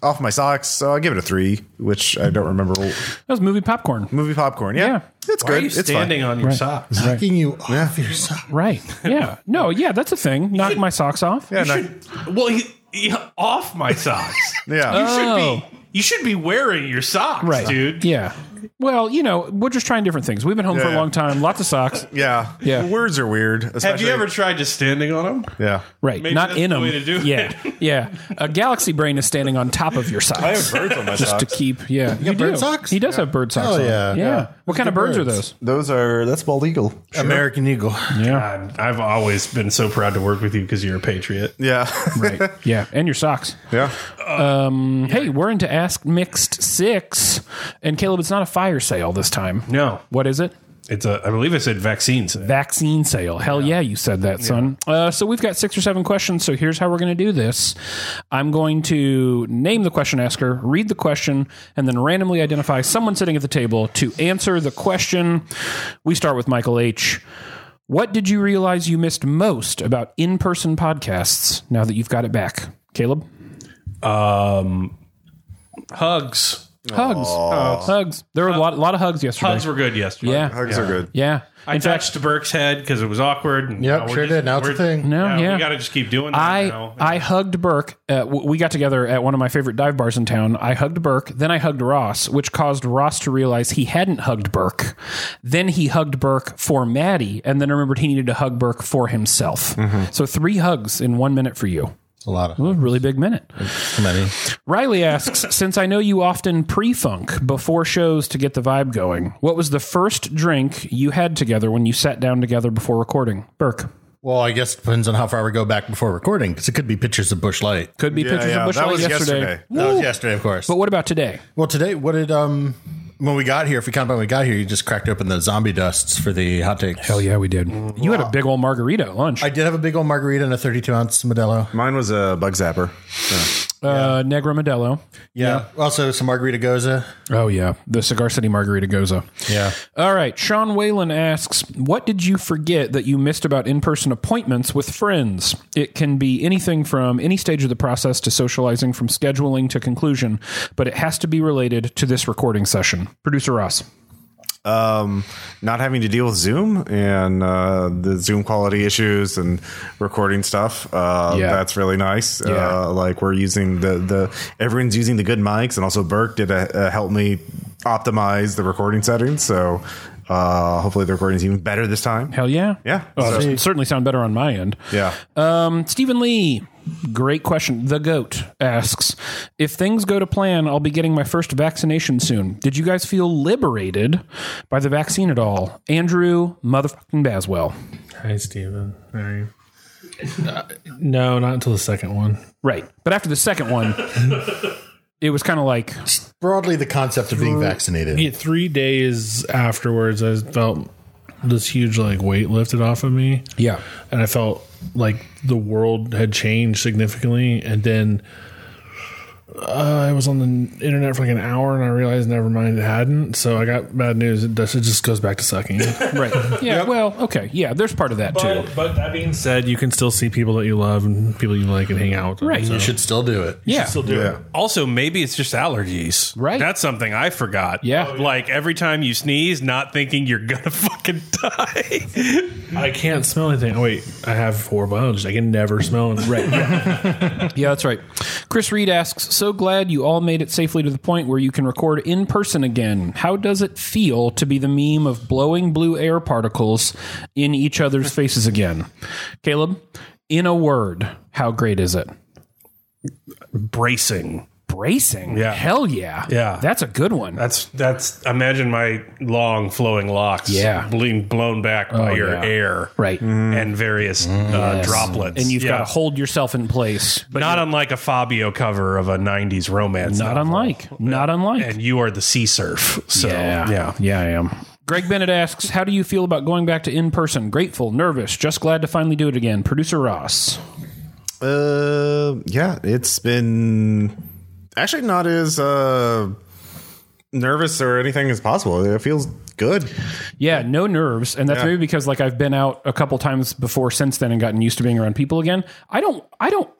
D: off my socks, so I give it a three, which I don't remember.
C: That was movie popcorn.
D: Movie popcorn, yeah,
C: Yeah.
D: it's
A: Why
D: good.
A: are you
D: it's
A: standing
D: fine.
A: on your socks?
B: Knocking you off your side.
C: Right. Yeah. No, yeah, that's a thing. Knock my socks off.
D: Yeah, no,
A: Well, he, he- off my socks.
D: yeah.
A: You should be. You should be wearing your socks,
C: Oh. Right.
A: dude.
C: Yeah. Well, you know, we're just trying different things. We've been home for a
D: Yeah.
C: long time, lots of socks.
D: yeah,
C: Yeah.
D: Words are weird. Especially,
A: Have you ever tried just standing on them?
D: Yeah,
C: Right.
A: Maybe
C: Not
A: that's
C: in
A: the
C: them.
A: way to do it.
C: yeah. Yeah. A galaxy brain is standing on top of your socks.
D: I have birds on my
C: just
D: socks.
C: to keep, yeah. You,
B: got bird
C: do.
B: socks?
C: He does have bird socks.
B: Hell
C: on.
B: yeah.
C: yeah.
B: Yeah.
C: What kind of
B: Good
C: birds, are
B: birds.
C: those?
D: Those are that's bald eagle.
B: American Eagle.
C: Yeah.
A: God, I've always been so proud to work with you because you're a patriot.
D: Yeah,
C: Right. Yeah. And your socks.
D: yeah.
C: Um, Hey, we're into Ask Mixed Six. And Caleb, it's not a fire sale this time.
A: No.
C: What is it?
A: It's a, I believe it said vaccines.
C: vaccine sale. Hell yeah, you said that, son. Uh, so we've got six or seven questions. So here's how we're going to do this I'm going to name the question asker, read the question, and then randomly identify someone sitting at the table to answer the question. We start with Michael H. What did you realize you missed most about in person podcasts now that you've got it back? Caleb?
A: Um, hugs.
C: Hugs. Hugs. There were a lot, a lot of hugs yesterday.
A: Oh. Hugs were good yesterday.
C: yeah.
D: Hugs are good.
C: Yeah.
A: I touched Burke's head because it was awkward. and
B: Yep,
A: now we're
B: sure
A: just-
B: did. Now it's a
A: we're-
B: thing.
C: No, yeah.
A: we got to just keep doing that.
C: I
A: now.
C: I hugged Burke. Uh, w- we got together at one of my favorite dive bars in town. I hugged Burke, then I hugged Ross, which caused Ross to realize he hadn't hugged Burke. Then he hugged Burke for Maddie, and then remembered he needed to hug Burke for himself.
D: Mm-hmm.
C: So three hugs in one minute for you.
B: It's a lot of
C: A really big minute.
B: too many.
C: Riley asks, since I know you often pre-funk before shows to get the vibe going, what was the first drink you had together when you sat down together before recording? Burke.
B: Well, I guess it depends on how far we go back before recording because it could be pictures of Bush Light.
C: Could be
D: Yeah,
C: pictures
D: yeah,
C: of Bush
D: that
C: Light
D: was
C: yesterday.
D: yesterday.
B: That was yesterday, of course.
C: But what about today?
B: Well, today, what did um when we got here? If you count by when we got here, you just cracked open the zombie dusts for the hot takes.
C: Hell Oh, yeah, we did. You had a big old margarita at lunch. Uh,
B: I did have a big old margarita and a 32 ounce Modelo.
D: Mine was a bug zapper.
C: uh, Negra Modelo.
B: Yeah. Also, some margarita goza.
C: Oh yeah, the Cigar City Margarita Goza.
B: Yeah.
C: All right. Sean Whalen asks, "What did you forget that you missed about in-person appointments with friends? It can be anything from any stage of the process to socializing, from scheduling to conclusion, but it has to be related to this recording session." Producer Ross.
D: um, not having to deal with Zoom and uh, the Zoom quality issues and recording stuff. Uh,
C: Yeah.
D: That's really nice. Uh, like we're using the, the everyone's using the good mics, and also Burke did uh uh help me optimize the recording settings. So uh, hopefully the recording is even better this time.
C: Hell yeah.
D: Yeah.
C: Oh,
D: So-
C: it certainly sound better on my end.
D: Yeah.
C: Um, Stephen Lee, great question. The goat asks, if things go to plan, I'll be getting my first vaccination soon. Did you guys feel liberated by the vaccine at all? Andrew motherfucking Baswell.
E: Hi, Steven. How are you? Uh, No, not until the second one.
C: Right. But after the second one, it was kind of like,
B: Broadly, the concept of being vaccinated.
E: Yeah, three days afterwards, I felt this huge like weight lifted off of me,
C: yeah,
E: and I felt like the world had changed significantly. And then uh, I was on the internet for like an hour, and I realized never mind, it hadn't. So I got bad news. It does- it just goes back to sucking.
C: right. Yeah. Well, okay. Yeah. There's part of that too.
E: but, but that being said, you can still see people that you love and people you like and hang out with.
C: Right.
E: So.
B: You should still do it.
C: Yeah.
E: Uh,
D: yeah.
A: Also, maybe it's just allergies.
C: Right.
A: That's something I forgot.
C: Yeah.
A: Like every time you sneeze, not thinking you're going to fucking die.
E: I can't smell anything. Oh, wait, I have horrible allergies. I can never smell anything. Right.
C: Yeah, that's right. Chris Reed asks, "So glad you all made it safely to the point where you can record in person again. How does it feel to be the meme of blowing blue air particles in each other's faces again?" Caleb, in a word, how great is it?
A: Bracing.
C: Bracing.
A: Yeah.
C: Hell yeah.
A: Yeah.
C: That's a good one.
A: That's, that's, imagine my long flowing locks
C: Yeah.
A: being blown back by
C: Oh,
A: your
C: yeah.
A: air
C: right.
A: and various uh, droplets.
C: And you've
A: Mm. Yeah.
C: got to hold yourself in place.
A: But not unlike a Fabio cover of a 90s romance.
C: Not
A: novel.
C: unlike. Not unlike.
A: And you are the sea surf. So,
C: yeah. Yeah, I am. Greg Bennett asks, "How do you feel about going back to in person? Grateful, nervous, just glad to finally do it again." Producer Ross.
D: Uh, yeah, it's been actually not as uh, nervous or anything as possible. It feels good.
C: Yeah, no nerves, and that's maybe because like I've been out a couple times before since then and gotten used to being around people again. I don't, I don't,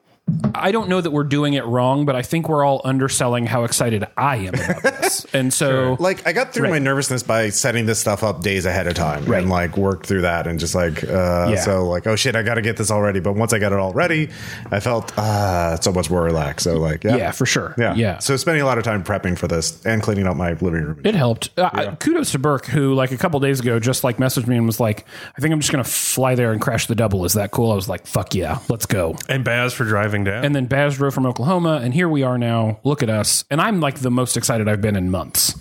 C: I don't know that we're doing it wrong, but I think we're all underselling how excited I am about this, and so
D: like I got through my nervousness by setting this stuff up days ahead of time
C: Right.
D: and like worked through that and just like uh
C: Yeah.
D: so like oh shit I got to get this already but once I got it all ready I felt uh so much more relaxed so like yeah
C: yeah, for sure,
D: yeah
C: yeah.
D: so spending a lot of time prepping for this and cleaning up my living room
C: It helped. Uh, I- Kudos to Burke, who like a couple days ago just like messaged me and was like, "I think I'm just gonna fly there and crash the double. Is that cool?" I was like, "Fuck yeah, let's go."
A: And Baz for driving down.
C: And then Baz drove from Oklahoma, and here we are now. Look at us, and I'm like the most excited I've been in months.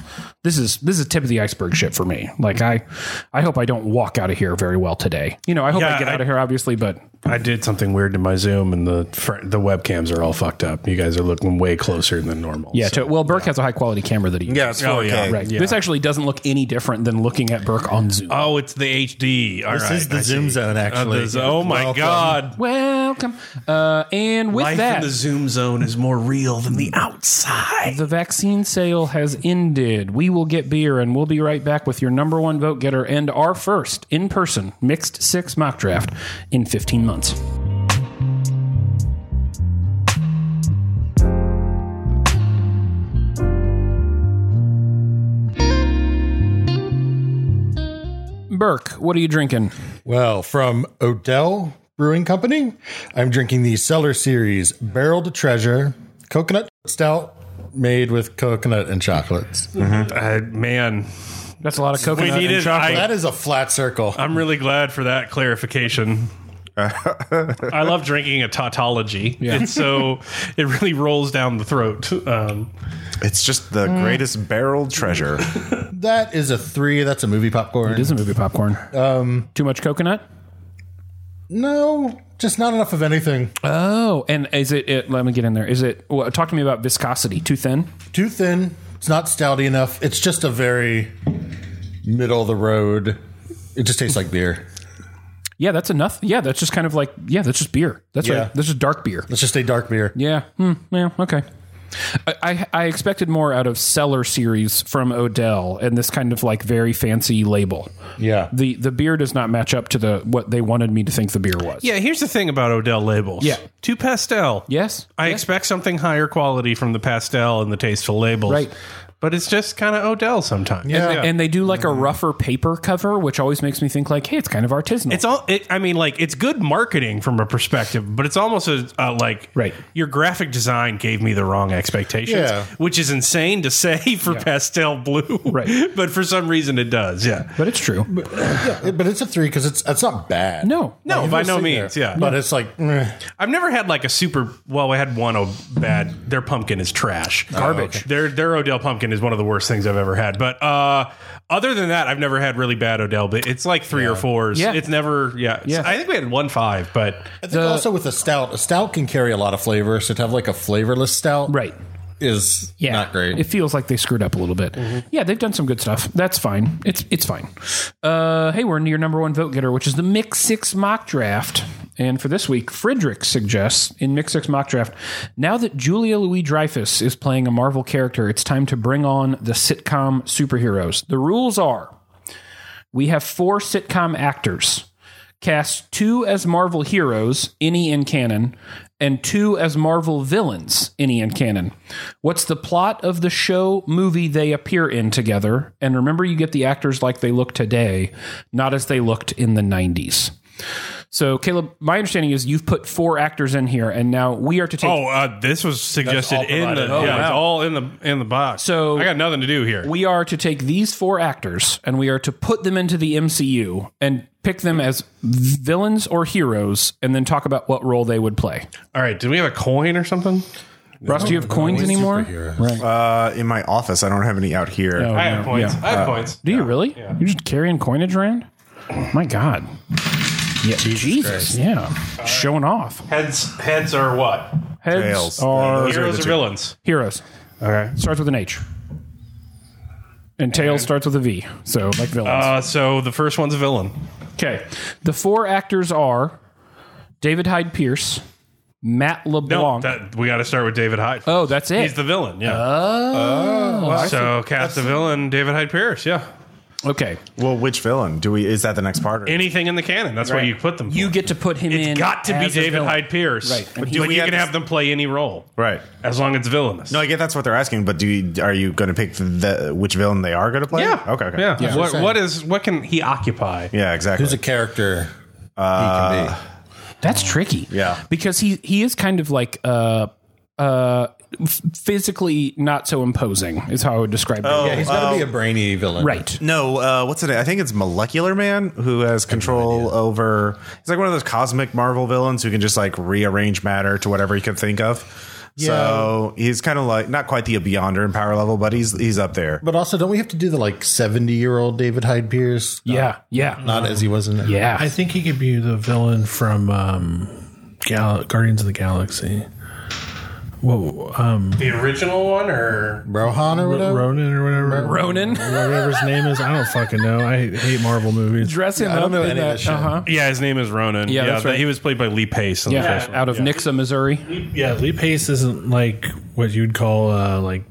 C: this is this is tip of the iceberg shit for me. Like I, I hope I don't walk out of here very well today. You know, I hope I
A: Yeah,
C: get
A: I-
C: out of here obviously, but
A: I did something weird to my Zoom, and the fr- the webcams are all fucked up. You guys are looking way closer than normal.
C: yeah.
A: so-
C: to- well, Burke has a high quality camera that he
D: Yeah, it's 4K.
A: Oh, yeah,
C: Right. This actually doesn't look any different than looking at Burke on Zoom.
A: Oh, it's the HD. All right,
B: This is the
A: I
B: Zoom
A: see.
B: zone,
A: Uh,
B: actually.
A: the zo- oh my
B: Welcome.
A: god.
C: Welcome. Uh, and with
A: Life
C: that,
A: in the Zoom zone is more real than the outside.
C: the vaccine sale has ended. We will get beer and we'll be right back with your number one vote getter and our first in person mixed six mock draft in 15 months. Burke, what are you drinking?
B: Well, from Odell Brewing Company, I'm drinking the Cellar Series Barrel to Treasure Coconut Stout made with coconut and chocolates.
A: Uh, man,
C: That's a lot of
A: we
C: coconut. and
A: needed.
C: chocolate.
A: I,
B: that is a flat circle.
C: Uh,
A: I'm really glad for that clarification. I love drinking a tautology. It's so it really rolls down the throat. Um,
D: It's just the greatest barreled treasure.
B: That is a three. That's a movie popcorn.
C: It is a movie popcorn.
A: Um,
C: Too much coconut?
B: No, just not enough of anything.
C: Oh, and is it, it? Let me get in there. Is it? Well, talk to me about viscosity. Too thin.
B: Too thin. It's not stouty enough. It's just a very middle of the road. It just tastes like beer.
C: Yeah, that's enough. Yeah, that's just kind of like yeah, that's just beer. That's
B: Yeah.
C: right. That's just dark beer.
B: Let's just say dark beer.
C: Yeah. Hmm. Yeah. Okay. I, I I expected more out of Cellar Series from Odell and this kind of like very fancy label.
B: Yeah.
C: The the beer does not match up to the what they wanted me to think the beer was.
A: yeah, here's the thing about Odell labels.
C: Yeah.
A: too pastel.
C: Yes.
A: I
C: Yeah.
A: expect something higher quality from the pastel and the tasteful labels.
C: Right.
A: But it's just kind of Odell sometimes.
B: Yeah.
C: And they do like a rougher paper cover, which always makes me think like, hey, it's kind of artisanal.
A: It's all. It, I mean, like it's good marketing from a perspective, but it's almost a, uh like
C: Right.
A: Your graphic design gave me the wrong expectations,
B: Yeah.
A: which is insane to say for pastel blue,
C: Right.
A: But for some reason, it does. Yeah.
C: but it's true.
B: It- but it's a three because it's it's not bad.
C: No.
A: No,
B: You've
A: by
B: never
A: no
B: seen
A: means.
B: there.
A: Yeah.
B: But it's like, eh.
A: I've never had like a super. Well, I had one oh, bad. Their pumpkin is trash,
C: Garbage. okay.
A: Their their Odell pumpkin is one of the worst things I've ever had. But uh, other than that, I've never had really bad Odell. But it's like three or fours.
C: Yeah.
A: It's never. Yeah.
C: Yeah.
A: I think we had one five, but
B: I think also with a stout, a stout can carry a lot of flavor. So to have like a flavorless stout,
C: Right.
B: is
C: Yeah.
B: not great. Mm-hmm.
C: It feels like they screwed up a little bit. Yeah, they've done some good stuff. That's fine. It's it's fine. Uh, hey, we're into your number one vote getter, which is the Mix Six mock draft. And for this week, Friedrich suggests in Mix Six mock draft, now that Julia Louis Dreyfus is playing a Marvel character, it's time to bring on the sitcom superheroes. The rules are we have four sitcom actors. Cast two as Marvel heroes, any in canon, and two as Marvel villains, any in canon. What's the plot of the show movie they appear in together? And remember, you get the actors like they look today, not as they looked in the 90s. So, Caleb, my understanding is you've put four actors in here, and now we are to take.
A: oh, uh, this was suggested in the.
B: provided. Oh,
A: yeah, it's
C: wow.
A: all in the in the box.
C: So-
A: I got nothing to do here.
C: we are to take these four actors and we are to put them into the MCU and pick them as villains or heroes and then talk about what role they would play.
A: all right. Do we have a coin or something?
C: Russ, do you have coins anymore? Right.
D: Uh, in my office, I don't have any out here.
A: I have points. I have points.
C: do you really? You're just carrying coinage around? My God. Yeah, Jesus. Yeah. Showing off.
A: Heads heads are what?
C: Heads
D: Tails.
C: are
D: Those are
A: Heroes
D: the
A: or
D: two.
A: villains?
C: heroes.
A: Okay.
C: Starts with an H. And tails starts with a V. So, like villains.
A: Uh, so the first one's a villain.
C: Okay. The four actors are David Hyde Pierce, Matt
A: No,
C: LeBlanc.
A: that, we got to start with David Hyde.
C: oh, that's it.
A: He's the villain. Yeah. Oh. so cast the villain, David Hyde Pierce. Yeah.
C: okay.
D: Well, which villain do we? Is that the next part? or-
A: Anything in the canon. That's where you put them.
C: You
A: for.
C: get to put him in.
A: It's got to be
C: as a
A: David
C: villain.
A: Hyde Pierce.
C: Right. And
A: But,
C: he-
A: you
D: we have
A: can
D: to-
A: have them play any role.
D: right.
A: As long as it's villainous.
D: No, I get that's what they're asking, but do you, are you going to pick the which villain they are going to play?
A: yeah.
D: Okay. okay.
A: Yeah.
B: Yeah.
A: What, what is what can he occupy?
D: Yeah, Exactly.
B: Who's a character
A: Uh,
B: he can be?
C: That's tricky.
D: Yeah.
C: Because he he is kind of like uh uh f- physically not so imposing is how I would describe oh,
B: Yeah, he's got to
A: uh,
B: be a brainy villain.
C: Right.
D: no, uh, what's it? I think it's Molecular Man who has control over. He's like one of those cosmic Marvel villains who can just like rearrange matter to whatever he can think of. So he's kind of like not quite the Beyonder in power level, but he's he's up there.
B: But also, don't we have to do the like 70 year old David Hyde Pierce?
C: Yeah, yeah,
B: Not as he was in it.
C: yeah.
E: I think he could be the villain from um, Gal- Guardians of the Galaxy. Whoa, um,
A: The original one, or
B: Rohan or whatever?
E: Ronan or whatever.
C: Ronan.
E: Whatever his name is, I don't fucking know. I hate Marvel movies.
C: Dress him
B: I don't
C: up
B: know
C: in
B: any of
C: that-
B: this shit.
C: uh-huh.
A: yeah, his name is Ronan.
C: Yeah, that's
A: that-
C: right.
A: he was played by Lee Pace. In The
C: Yeah,
A: first one.
C: out of Nixa, Missouri.
E: Yeah, Lee Pace isn't like what you'd call uh, like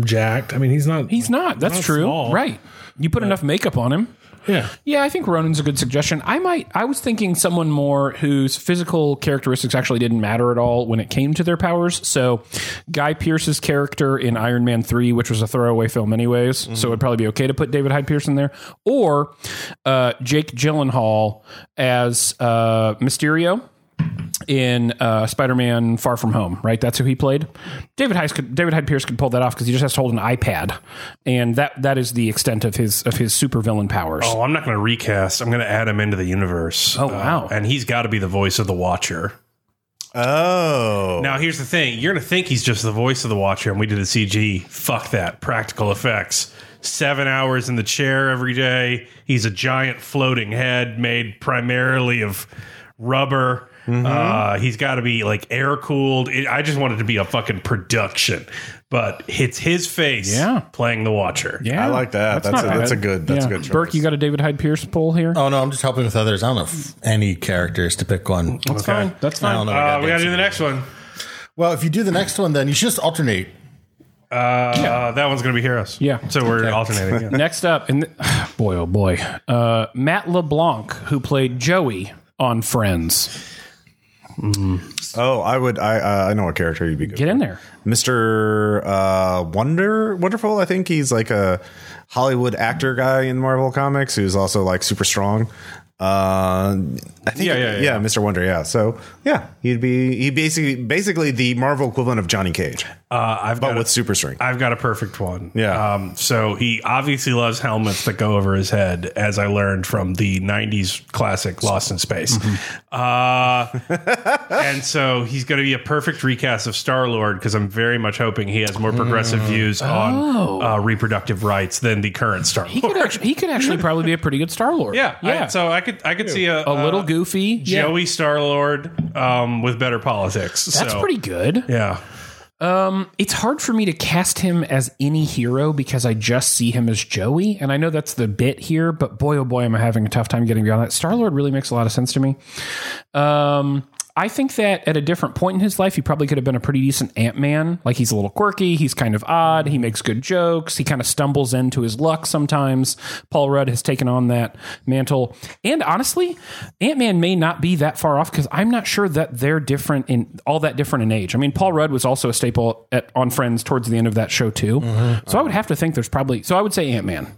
E: jacked. I mean, he's not.
C: He's not. That's
E: Not
C: true.
E: small.
C: Right. You put enough makeup on him.
E: yeah.
C: Yeah, I think Ronan's a good suggestion. I might. I was thinking someone more whose physical characteristics actually didn't matter at all when it came to their powers. So, Guy Pierce's character in Iron Man Three, which was a throwaway film, anyways, so it'd probably be okay to put David Hyde Pierce in there, or uh, Jake Gyllenhaal as uh, Mysterio in uh, Spider-Man: Far From Home, right? That's who he played. David Hyde could, David Hyde Pierce could pull that off because he just has to hold an iPad, and that that is the extent of his of his supervillain powers.
A: Oh, I'm not going to recast. I'm going to add him into the universe. Uh,
C: Oh, wow.
A: and he's got to be the voice of the Watcher.
D: Oh,
A: Now, here's the thing: you're going to think he's just the voice of the Watcher, and we did a CG. Fuck that practical effects. Seven hours in the chair every day. He's a giant floating head made primarily of rubber.
C: Mm-hmm.
A: Uh, he's got to be like air cooled. I just wanted to be a fucking production, but it's his face
C: Yeah.
A: playing the Watcher.
C: Yeah,
D: I like that. That's
C: not
D: a-
C: bad.
D: that's a good- that's a good
C: Burke,
D: choice.
C: you got a David Hyde Pierce pull here.
B: Oh, no, I'm just helping with others. I don't know if any characters to pick one.
C: that's fine. That's
B: I don't
C: fine.
B: know.
A: Uh, we got to do the next one.
B: Well, if you do the next one, then you should just alternate.
A: Uh, That one's going to be Heroes.
C: Yeah.
A: So we're alternating. yeah.
C: Next up, and boy, oh boy, uh, Matt LeBlanc, who played Joey on Friends,
D: oh, I would. I uh, I know what character you'd be good.
C: get in there.
D: Mr. Uh, Wonder Wonderful. I think he's like a Hollywood actor guy in Marvel Comics who's also like super strong. Uh, I think
A: Yeah, yeah, yeah.
D: Mr. Wonder. Yeah, so yeah, he'd be he basically basically the Marvel equivalent of Johnny Cage,
A: Uh, I've
D: but
A: got
D: with super strength.
A: I've got a perfect one.
D: Yeah.
A: Um, so he obviously loves helmets that go over his head, as I learned from the '90s classic Lost in Space.
C: Mm-hmm.
A: Uh, and so he's going to be a perfect recast of Star Lord because I'm very much hoping he has more progressive
C: Mm.
A: views on uh, reproductive rights than the current Star
C: Oh. He could
A: Lord.
C: actually, he could actually probably be a pretty good Star Lord.
A: Yeah. I-
C: yeah.
A: so I could I could see a,
C: a little goofy. Yeah,
A: Joey Star Lord um, with better politics.
C: that's
A: so,
C: pretty good.
A: Yeah.
C: It's hard for me to cast him as any hero because I just see him as Joey, and I know that's the bit here. But boy, oh boy, am I having a tough time getting beyond that. Star Lord really makes a lot of sense to me. Um, I think that at a different point in his life, he probably could have been a pretty decent Ant Man. Like he's a little quirky, he's kind of odd, he makes good jokes, he kind of stumbles into his luck sometimes. Paul Rudd has taken on that mantle, and honestly, Ant Man may not be that far off because I'm not sure that they're different in all that different in age. I mean, Paul Rudd was also a staple at, on Friends towards the end of that show too, so I would have to think there's probably. So I would say Ant Man.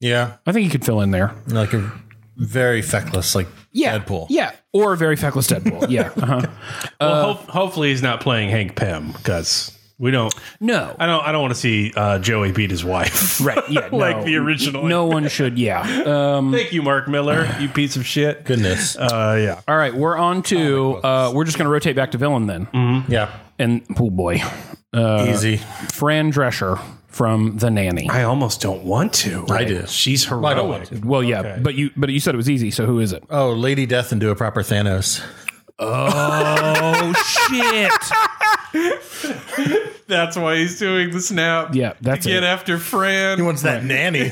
B: Yeah.
C: I think he could fill in there.
B: Like a very feckless, like
C: Yeah,
B: Deadpool.
C: Yeah, or a very feckless Deadpool. yeah. Uh-huh.
A: Well, ho- hopefully he's not playing Hank Pym because we don't.
C: No.
A: I don't. I don't want to see uh, Joey beat his wife.
C: Right. Yeah. No.
A: like the original.
C: No one should. Yeah. Uh,
A: thank you, Mark Miller. You piece of shit.
B: Goodness.
A: Uh, yeah.
C: All right. We're on to. Uh, we're just going to rotate back to villain then.
A: Mm.
B: yeah.
C: And oh boy,
B: Easy.
C: Fran Drescher from The Nanny.
A: I almost don't want to.
B: I do.
A: She's heroic.
B: I don't want to.
C: Well, yeah, but you but you said it was easy. So who is
A: Uh,
C: it?
B: Oh, Lady Death and do a proper Thanos.
C: Oh shit!
A: That's why he's doing the snap.
C: Yeah, that's
A: to get
C: it.
A: after Fran.
B: What's that nanny?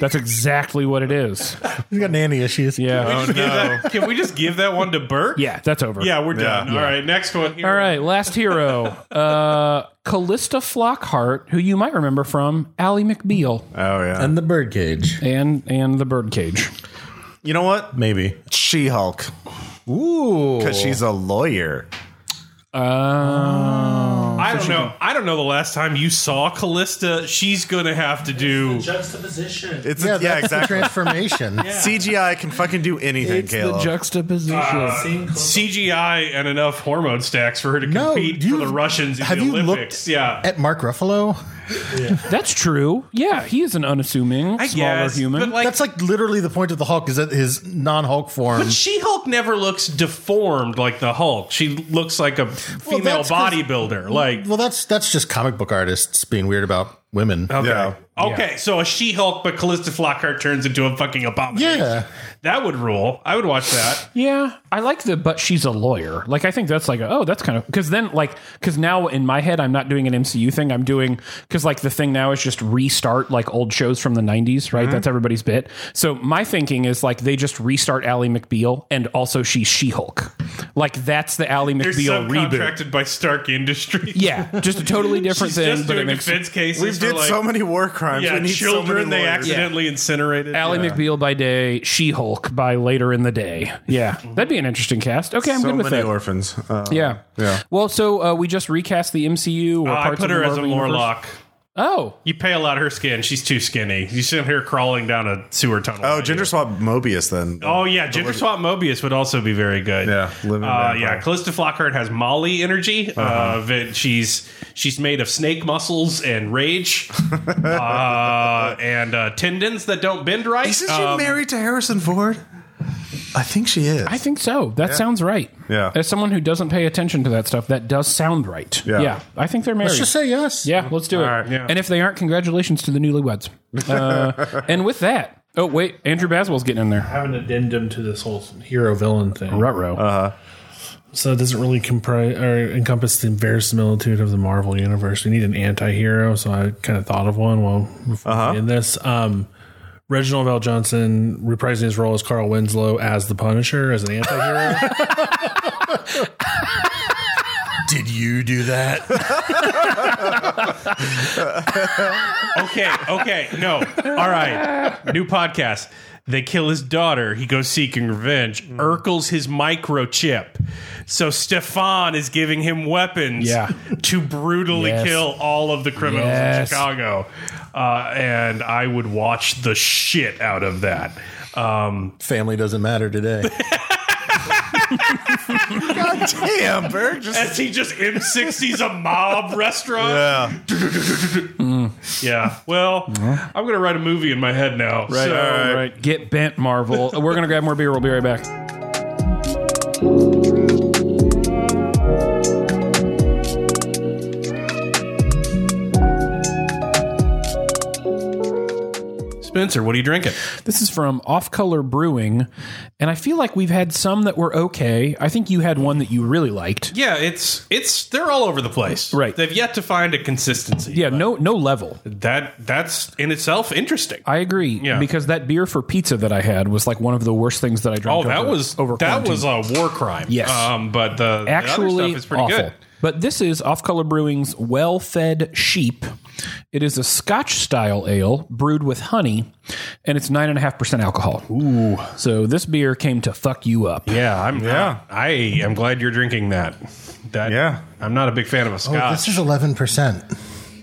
C: That's exactly what it is.
B: He's got nanny issues.
C: Yeah.
A: Give that- Oh, can we just give that one to Burke?
C: Yeah. That's over.
A: Yeah, we're done. All right, next one. Here.
C: All right, last hero, uh, Callista Flockhart, who you might remember from Ally McBeal
A: Uh.
D: oh yeah,
B: And the birdcage.
C: and and The Birdcage.
D: you know what?
B: Maybe.
D: She Hulk
B: Ooh.
D: because she's a lawyer.
C: Uh,
A: I I don't know. I don't know the last time you saw Callista. She's gonna have to do.
E: Juxtaposition.
D: It's
B: Yeah,
D: yeah,
B: that's the
D: exactly.
B: transformation.
D: CGI can fucking do anything,
C: It's the
A: Oh.
D: Caleb.
C: juxtaposition.
A: Uh,
E: Seeing close-
A: CGI and enough hormone stacks for her to
B: No,
A: compete
B: you-
A: for the Russians in
B: have
A: the
B: you looked
A: Olympics. yeah,
B: At Mark Ruffalo,
C: That's true. Yeah, he is an unassuming,
A: I
C: smaller
A: guess,
C: human.
A: But like,
B: that's like literally the point of the Hulk is that his non-Hulk form.
A: but She Hulk never looks deformed like the Hulk. She looks like a female
B: that's 'cause-
A: bodybuilder. Like,
B: well, that's that's just comic book artists being weird about women.
A: okay,
D: Yeah.
A: okay, so a She Hulk, but Callista Flockhart turns into a fucking abomination.
B: Yeah.
A: that would rule. I would watch that.
C: yeah, I like the but she's a lawyer. Like I think that's like oh that's kind of because then like because now in my head I'm not doing an MCU thing. I'm doing because like the thing now is just restart like old shows from the 90s.
A: Mm-hmm.
C: Right, that's everybody's bit. So my thinking is like they just restart Ally McBeal and also she's She Hulk. Like that's the Ally
A: They're
C: McBeal reboot.
A: subcontracted by Stark Industries.
C: Yeah, just a totally different
A: She's
C: thing,
A: just
C: but
A: doing
C: it makes
A: defense cases.
D: We
A: for,
D: did
A: like,
D: so many war crimes.
A: yeah,
D: we need so
A: children
D: many
A: they
D: lawyers.
A: accidentally incinerated.
C: Ally
A: Yeah.
C: McBeal by day, She Hulk by later in the day. Yeah, that'd be an interesting cast. Okay, I'm
D: so
C: good with
D: many
C: that.
D: orphans. Uh,
C: yeah,
D: Yeah.
C: Well, so uh, we just recast the MCU. Or
A: Oh, I
C: parts
A: put
C: of
A: her
C: the
A: as a
C: Marvel universe.
A: Morlock.
C: Oh,
A: You pay a lot of her skin. She's too skinny. You send her crawling down a sewer tunnel.
D: Oh, gender swap Mobius then.
A: Oh yeah, gender swap Mobius would also be very good.
D: Yeah, living
A: uh,
D: vampire. Uh-huh.
A: yeah. Callista Flockhart has Molly energy. uh that she's she's made of snake muscles and rage, uh, and uh, tendons that don't bend right.
D: Isn't she
A: Um,
D: married to Harrison Ford? I think she is.
C: I think so. That sounds right.
D: Yeah.
C: As someone who doesn't pay attention to that stuff, that does sound right.
D: Yeah.
C: I think they're married.
B: Let's just say yes.
C: yeah, let's do it.
A: right, yeah.
C: And if they aren't, congratulations to the newlyweds. Uh, and with that, oh wait, Andrew Baswell's getting in there.
E: I have an addendum to this whole hero villain thing.
C: Rutro.
E: So it doesn't really comprise or encompass the verisimilitude of the Marvel universe. We need an anti-hero, so I kind of thought of one while before we in this. Um, Reginald Val Johnson reprising his role as Carl Winslow as the Punisher as an anti-hero.
B: Did you do that?
A: okay, okay, no, all right. New podcast. They kill his daughter. He goes seeking revenge.
C: Mm.
A: Urkel's his microchip. So Stefan is giving him weapons
C: Yeah.
A: to brutally
C: Yes.
A: kill all of the criminals in
C: Yes.
A: Chicago. Uh, and I would watch the shit out of that. Um,
B: Family doesn't matter today.
D: God damn, Berg. Just,
A: as he just M60s a mob restaurant.
D: yeah.
A: Yeah. Well, I'm going to write a movie in my head now. Right.
C: All right, get bent, Marvel. We're gonna grab more beer. We'll be right back.
A: Spencer, what are you drinking?
C: This is from Off Color Brewing, and I feel like we've had some that were okay. I think you had one that you really liked.
A: Yeah, it's it's they're all over the place.
C: Right.
A: They've yet to find a consistency.
C: Yeah, no, no level.
A: That that's in itself interesting.
C: I agree.
A: Yeah.
C: because that beer for pizza that I had was like one of the worst things that I drank.
A: oh, that
C: over-
A: was
C: over
A: that
C: quarantine.
A: was a war crime.
C: Yes.
A: Um, but the, the
C: actually
A: other stuff is pretty
C: awful.
A: good.
C: But this is Off Color Brewing's Well Fed Sheep. It is a Scotch style ale brewed with honey, and it's nine and a half percent alcohol. Ooh! So this beer came to fuck you up.
A: Yeah, I'm
D: Yeah.
A: I am glad you're drinking that. That
D: Yeah.
A: I'm not a big fan of a
B: Oh,
A: scotch.
B: this is eleven percent.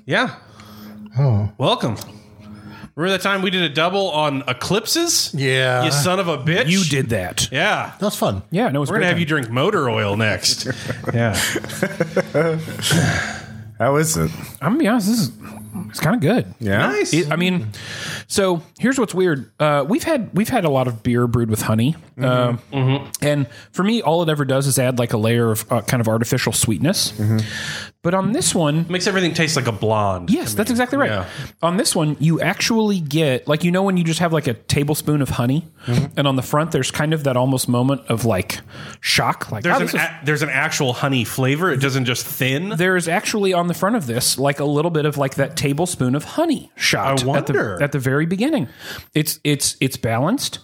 A: yeah. Oh. Welcome. Remember that time we did a double on eclipses?
B: Yeah.
A: You son of a bitch.
C: You did that.
A: Yeah.
B: That's fun.
C: Yeah, no, it's
A: We're gonna have you drink motor oil next. yeah.
D: How is it?
C: I'm gonna be honest. This is it's kind of good.
D: Yeah.
A: Nice.
C: It- I mean, so here's what's weird. Uh, we've had we've had a lot of beer brewed with honey,
A: Mm-hmm.
C: Um and for me, all it ever does is add like a layer of uh, kind of artificial sweetness.
A: Mm-hmm.
C: But on this one,
A: Makes everything taste like a blonde.
C: Yes, that's exactly right.
A: yeah.
C: On this one, you actually get like you know when you just have like a tablespoon of honey,
A: Mm-hmm.
C: and on the front there's kind of that almost moment of like shock, like
A: There's
C: "Oh,
A: an
C: this is-
A: a, there's an actual honey flavor. It doesn't just thin.
C: there is actually on the front of this like a little bit of like that tablespoon of honey shot
A: I wonder.
C: At, the, at the very beginning. It's it's it's balanced.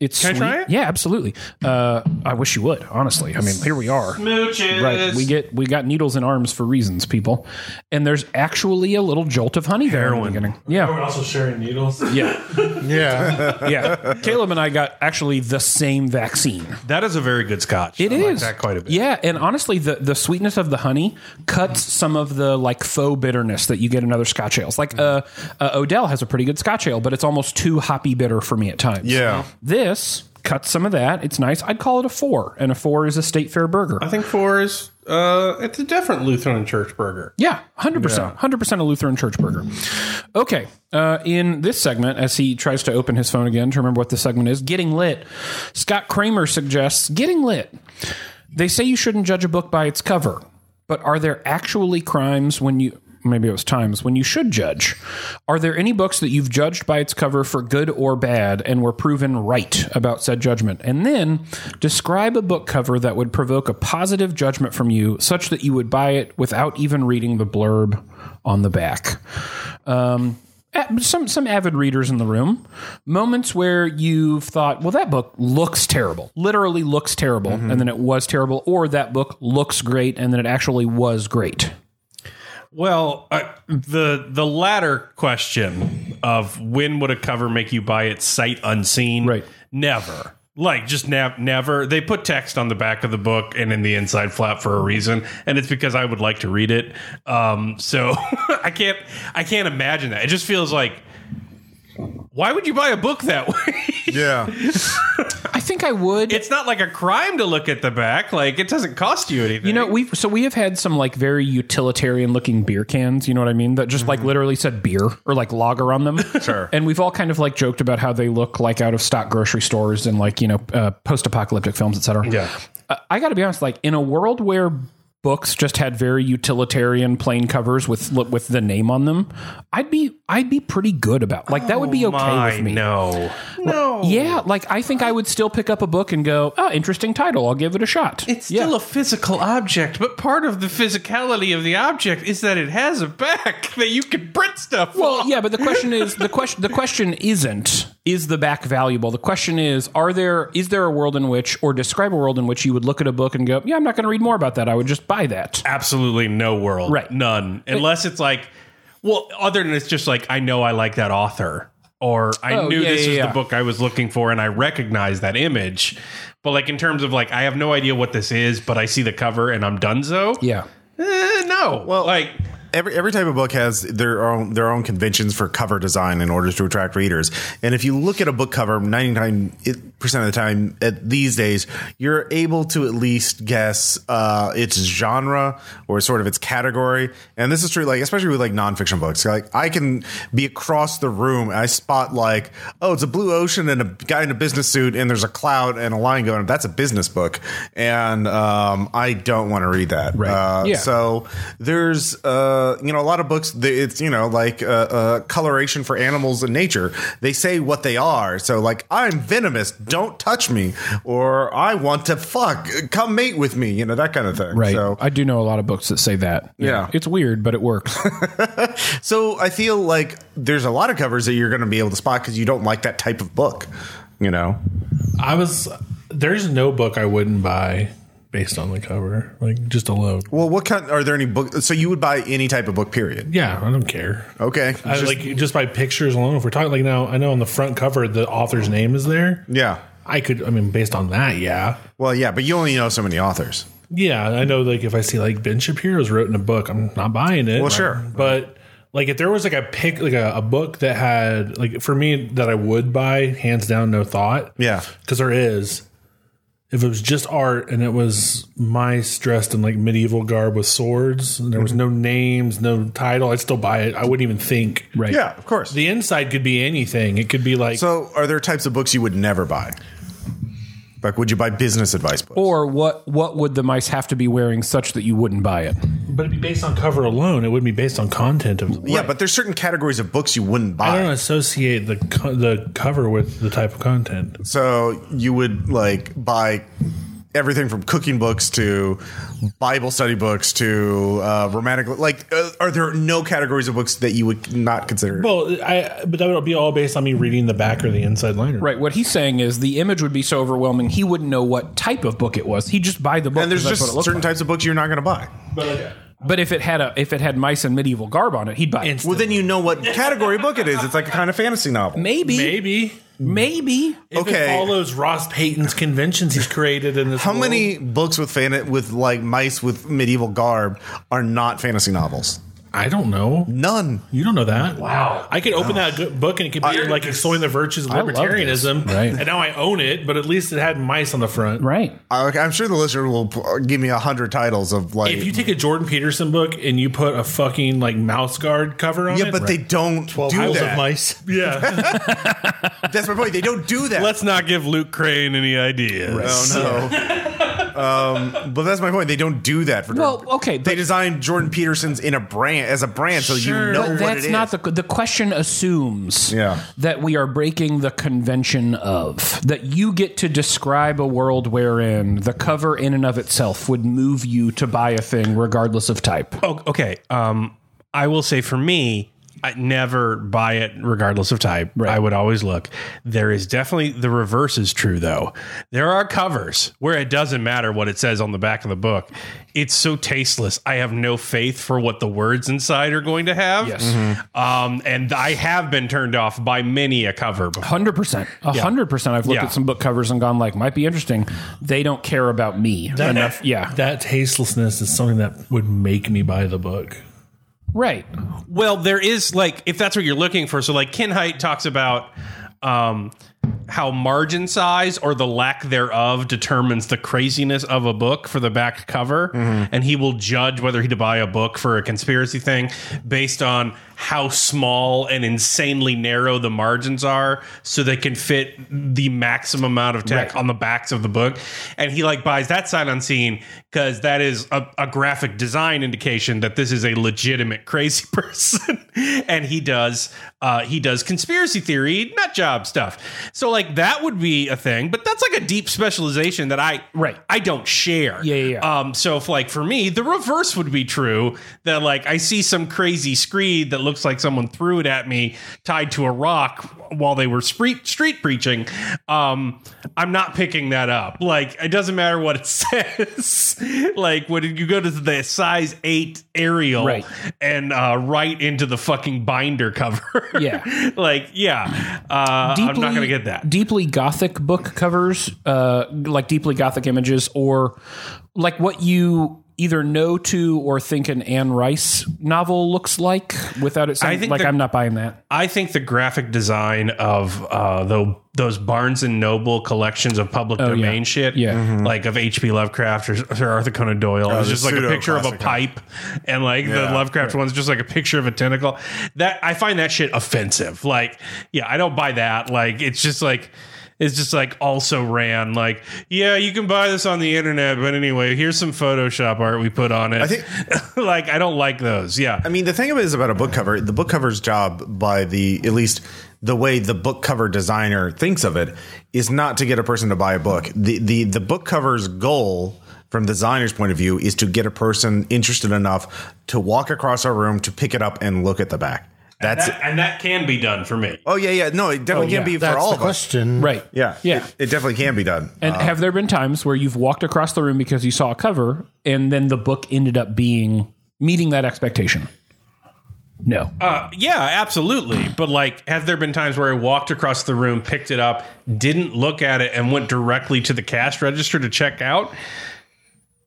C: It's
A: Can I try
C: sweet.
A: it?
C: Yeah, absolutely. Uh, I wish you would. Honestly, I mean, here we are.
A: Mooches.
C: Right, we get we got needles and arms for reasons, people. And there's actually a little jolt of honey there in the
A: Heroin.
C: beginning. Yeah,
E: also sharing needles.
C: yeah,
B: Yeah.
C: yeah. Caleb and I got actually the same vaccine.
A: that is a very good scotch.
C: It is
A: I Like that quite a bit.
C: Yeah, and honestly, the the sweetness of the honey cuts some of the like faux bitterness that you get in other Scotch ales. Like uh, uh, Odell has a pretty good Scotch ale, but it's almost too hoppy bitter for me at times.
D: Yeah.
C: this cuts some of that. It's nice. I'd call it a four, and a four is a state fair burger.
A: I think four is uh, it's a different Lutheran church burger.
C: Yeah, hundred percent, hundred percent a Lutheran church burger. Okay, uh, in this segment, as he tries to open his phone again to remember what the segment is, getting lit. Scott Kramer suggests getting lit. They say you shouldn't judge a book by its cover, but are there actually crimes when you? Maybe it was times when you should judge. Are there any books that you've judged by its cover for good or bad and were proven right about said judgment? And then describe a book cover that would provoke a positive judgment from you such that you would buy it without even reading the blurb on the back. Um, a- some some avid readers in the room, moments where you've thought, well, that book looks terrible, literally looks terrible, and then it was terrible, or that book looks great, and then it actually was great.
A: Well, uh, the the latter question of when would a cover make you buy it sight unseen?
C: Right.
A: Never. Like just nev- never. They put text on the back of the book and in the inside flap for a reason, and it's because I would like to read it. Um, so I can't I can't imagine that. It just feels like why would you buy a book that way?
D: Yeah.
C: I think I would.
A: it's not like a crime to look at the back. Like it doesn't cost you anything.
C: You know, we've so we have had some like very utilitarian looking beer cans, you know what I mean? That just like literally said beer or like lager on them.
D: Sure.
C: And we've all kind of like joked about how they look like out of stock grocery stores and like, you know, uh, post apocalyptic films, etc.
A: Yeah.
C: Uh, I got to be honest, like in a world where books just had very utilitarian plain covers with with the name on them, I'd be I'd be pretty good about. Like that would be okay
A: I
C: with me.
A: know.
C: Yeah, like I think I would still pick up a book and go, "Oh, interesting title. I'll give it a shot."
A: It's still a physical object, but part of the physicality of the object is that it has a back that you can print stuff.
C: Well,
A: on.
C: yeah, but the question is the question the question isn't is the back valuable. The question is are there is there a world in which or describe a world in which you would look at a book and go, "Yeah, I'm not going to read more about that. I would just buy that."
A: absolutely no world,
C: Right.
A: None, unless it's like, well, other than it's just like I know I like that author, or I
C: Oh,
A: knew
C: yeah,
A: this
C: yeah,
A: is
C: yeah.
A: the book I was looking for, and I recognize that image. But like in terms of like, I have no idea what this is, but I see the cover and I'm donezo.
C: Yeah.
A: Eh, no. Well, like
D: Every every type of book has their own their own conventions for cover design in order to attract readers. And if you look at a book cover, ninety nine percent of the time at these days, you're able to at least guess uh, its genre or sort of its category. And this is true, like especially with like nonfiction books. Like I can be across the room and I spot like, oh, it's a blue ocean and a guy in a business suit, and there's a cloud and a line going. That's a business book, and um, I don't want to read that. Right. Uh,
C: Yeah.
D: So so there's uh you know a lot of books that it's you know like uh, uh coloration for animals and nature they say what they are so like i'm venomous don't touch me or i want to fuck come mate with me you know that kind of thing
C: Right.
D: so
C: I do know a lot of books that say that.
D: Yeah.
C: It's weird, but it works.
D: so i feel like there's a lot of covers that you're going to be able to spot because you don't like that type of book you know
E: I was. There's no book I wouldn't buy based on the cover, like just alone.
D: well what kind are there any book so you would buy any type of book period
E: Yeah, I don't care.
D: okay
E: I,
D: Oh, Just-
E: like just by pictures alone. If we're talking like now, I know on the front cover the author's name is there.
D: yeah
E: I could. I mean, based on that, yeah,
D: well yeah but you only know so many authors
E: yeah. I know. Like if I see like Ben Shapiro's written a book, I'm not buying it.
D: Well, sure.
E: but. Like if there was like a pick like a, a book that had like for me that I would buy hands down no thought
D: yeah
E: because there is. If it was just art and it was mice dressed in like medieval garb with swords, and there
D: Mm-hmm.
E: was no names, no title, I'd still buy it. I wouldn't even think. Right.
D: yeah of course
E: The inside could be anything. It could be like
D: So, are there types of books you would never buy? Like, would you buy business advice books?
C: or what what would the mice have to be wearing such that you wouldn't buy it?
E: But it'd be based on cover alone. It wouldn't be based on content of.
D: yeah, but there's certain categories of books you wouldn't
E: I don't
D: buy.
E: associate the co- the cover with the type of content.
D: So, you would like buy everything from cooking books to Bible study books to uh, romantic. Like, uh, are there no categories of books that you would not consider?
E: Well, I but that would be all based on me reading the back or the inside liner.
C: Right. What he's saying is the image would be so overwhelming he wouldn't know what type of book it was. He'd just buy the book.
D: and there's
C: 'cause that's
D: just
C: what it
D: certain
C: looked like.
D: types of books you're not going to buy.
C: But if it had a if it had mice and medieval garb on it, he'd buy it.
D: Well, then you know what category book it is. It's like a kind of fantasy novel.
C: Maybe, maybe,
E: Maybe if
D: Okay.
E: it follows Ross Payton's conventions he's created in this.
D: How
E: world.
D: many books with fan- with like mice with medieval garb are not fantasy novels?
E: I don't know.
D: None.
E: You don't know that.
F: Wow.
E: I could open that good book and it could be
D: I-
E: like extolling the virtues of
C: I love this.
E: libertarianism.
C: Right.
E: And now I own it, but at least it had mice on the front.
C: Right.
D: I- I'm sure the listener will p- uh, give me a hundred titles of like.
E: If you take a Jordan Peterson book and you put a fucking like mouse guard cover on
D: yeah,
E: it,
D: but they don't do
B: Isles
D: that.
B: of mice.
E: yeah,
D: That's my point. They don't do that.
A: Let's not give Luke Crane any ideas.
D: Oh no. um, but that's my point. They don't do that for.
C: Well,
D: Jordan-
C: okay,
D: They
C: but-
D: designed Jordan Peterson's in a brand as a brand, so you know
C: But
D: what
C: that's
D: it
C: not
D: is.
C: the the question. Assumes
D: Yeah.
C: that we are breaking the convention of that you get to describe a world wherein the cover in and of itself would move you to buy a thing regardless of type.
A: Oh, okay. Um, I will say for me, I never buy it regardless of type. I would always look. There is definitely the reverse is true though. There are covers where it doesn't matter what it says on the back of the book. It's so tasteless. I have no faith for what the words inside are going to have.
C: Yes.
A: Um, and I have been turned off by many a cover before.
C: Hundred percent, hundred percent. I've looked
A: Yeah.
C: at some book covers and gone like, might be interesting. They don't care about me enough. Yeah,
E: that tastelessness is something that would make me buy the book.
C: right.
A: Well, there is like if that's what you're looking for. So like Ken Height talks about um how margin size or the lack thereof determines the craziness of a book for the back cover and he will judge whether he to buy a book for a conspiracy thing based on how small and insanely narrow the margins are so they can fit the maximum amount of text on the backs of the book and he like buys that sign unseen because that is a, a graphic design indication that this is a legitimate crazy person and he does uh, he does conspiracy theory nut job stuff so like that would be a thing but that's like a deep specialization that i
C: Right.
A: i don't share
C: Yeah, yeah, yeah.
A: um so if like for me the reverse would be true that like i see some crazy screed that looks like someone threw it at me tied to a rock while they were street street preaching um i'm not picking that up like it doesn't matter what it says like when you go to the size 8 aerial
C: Right.
A: and uh right into the fucking binder cover
C: Yeah.
A: like yeah uh i'm not gonna get that
C: Deeply gothic book covers, uh, like deeply gothic images, or like what you either know to or think an Anne Rice novel looks like without it
A: I
C: saying,
A: think
C: like,
A: the-
C: I'm not buying that.
A: I think the graphic design of uh, the, those Barnes and Noble collections of public domain shit,
C: Oh, Yeah.
A: like of H.P. Lovecraft or Sir Arthur Conan Doyle, it's
D: Mm-hmm. Oh, the
A: just like a picture of a
D: pseudo-classic, huh?
A: pipe, and like the Lovecraft one's just like a picture of a tentacle. That I find that shit offensive. Like, yeah, I don't buy that. Like, it's just like. It's just like also ran like yeah you can buy this on the internet but anyway here's some Photoshop art we put on it I
D: think-
A: like I don't like those yeah
D: I mean, the thing is about a book cover. The book cover's job, by the at least the way the book cover designer thinks of it, is not to get a person to buy a book. the the The book cover's goal, from the designer's point of view, is to get a person interested enough to walk across our room to pick it up and look at the back. That's
A: That- and that can be done for me
D: oh yeah yeah no it definitely
C: yeah.
D: can be
B: That's
D: for all
B: the
D: of us.
B: question.
C: Right.
D: Yeah
C: Yeah.
D: it, uh, it definitely can be done.
C: and have there been times where you've walked across the room because you saw a cover and then the book ended up being meeting that expectation? No.
A: Uh, yeah, absolutely. But like, have there been times where I walked across the room, picked it up, didn't look at it, and went directly to the cash register to check out?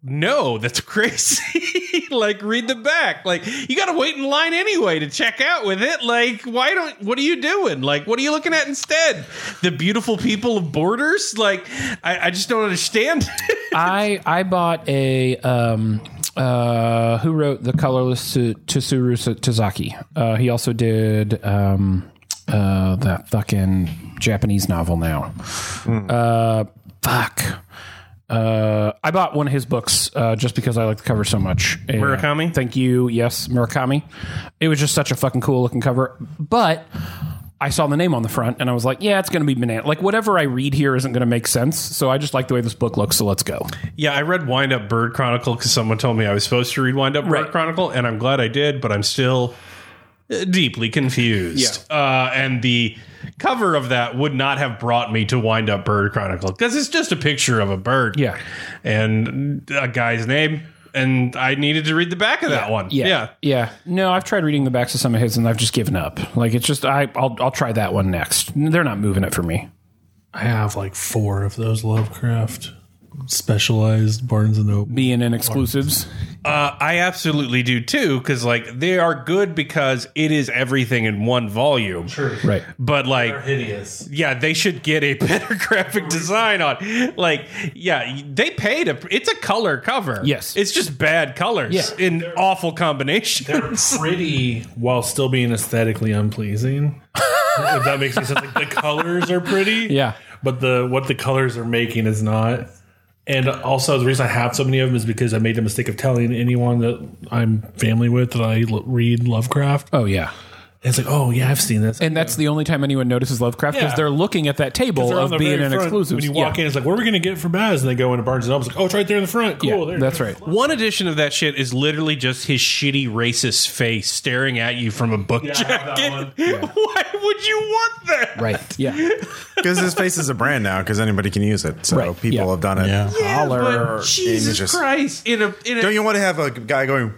A: No, that's crazy. like, read the back. Like, you got to wait in line anyway to check out with it. Like, why don't? What are you doing? Like, what are you looking at instead? The beautiful people of borders. Like, I, I just don't understand.
C: I I bought a um uh who wrote the colorless Su- Tsuru Su- Tozaki. Uh, he also did um uh that fucking Japanese novel now. Uh fuck. Uh, I bought one of his books uh, just because I like the cover so much. And
A: Murakami?
C: Thank you. Yes, Murakami. It was just such a fucking cool looking cover. But I saw the name on the front and I was like, yeah, it's going to be banana. Like whatever I read here isn't going to make sense. So I just like the way this book looks. So let's go.
A: Yeah, I read Wind Up Bird Chronicle because someone told me I was supposed to read Wind Up
C: Right.
A: Bird Chronicle, and I'm glad I did, but I'm still uh, deeply confused. Uh, and the cover of that would not have brought me to Wind Up Bird Chronicle because it's just a picture of a bird.
C: Yeah.
A: And a guy's name. And I needed to read the back of that one.
C: Yeah. Yeah. No, I've tried reading the backs of some of his and I've just given up. Like it's just I I'll I'll try that one next. They're not moving it for me.
E: I have like four of those Lovecraft specialized Barnes and Noble.
C: Being in exclusives.
A: Uh, I absolutely do too because, like, they are good because it is everything in one volume. Sure.
C: Right.
A: But, like,
E: Hideous.
A: yeah, they should get a better graphic design on. Like, yeah, they paid a. It's a color cover.
C: Yes.
A: it's just bad colors
C: Yeah.
A: in awful combinations.
E: Pretty while still being aesthetically unpleasing. if that makes any sense. Like the colors are pretty.
C: Yeah.
E: But the what the colors are making is not. And also the reason I have so many of them is because I made the mistake of telling anyone that I'm family with that I l- read Lovecraft.
C: Oh yeah.
E: And it's like, oh yeah, I've seen this.
C: And that's the only time anyone notices Lovecraft because
E: Yeah.
C: they're looking at that table
E: They're on
C: of
E: the
C: being
E: very
C: in
E: front.
C: exclusives.
E: When you walk
C: yeah.
E: in, it's like, "What are we going to get for Baz?" And they go into Barnes and Noble. It's like, "Oh, it's right there in the front. Cool,
C: yeah,
E: there."
C: that's right.
A: One edition of that shit is literally just his shitty racist face staring at you from a book
E: I have that
A: jacket.
E: one.
A: Why would you want that?
C: Right. Yeah.
D: Because his face is a brand now, because anybody can use it. So
C: Right,
D: people
C: yeah.
D: have done it.
B: Yeah.
A: Yeah, but
C: Holler.
A: Jesus
D: Images.
A: Christ! In a in a
D: Don't you want to have a guy going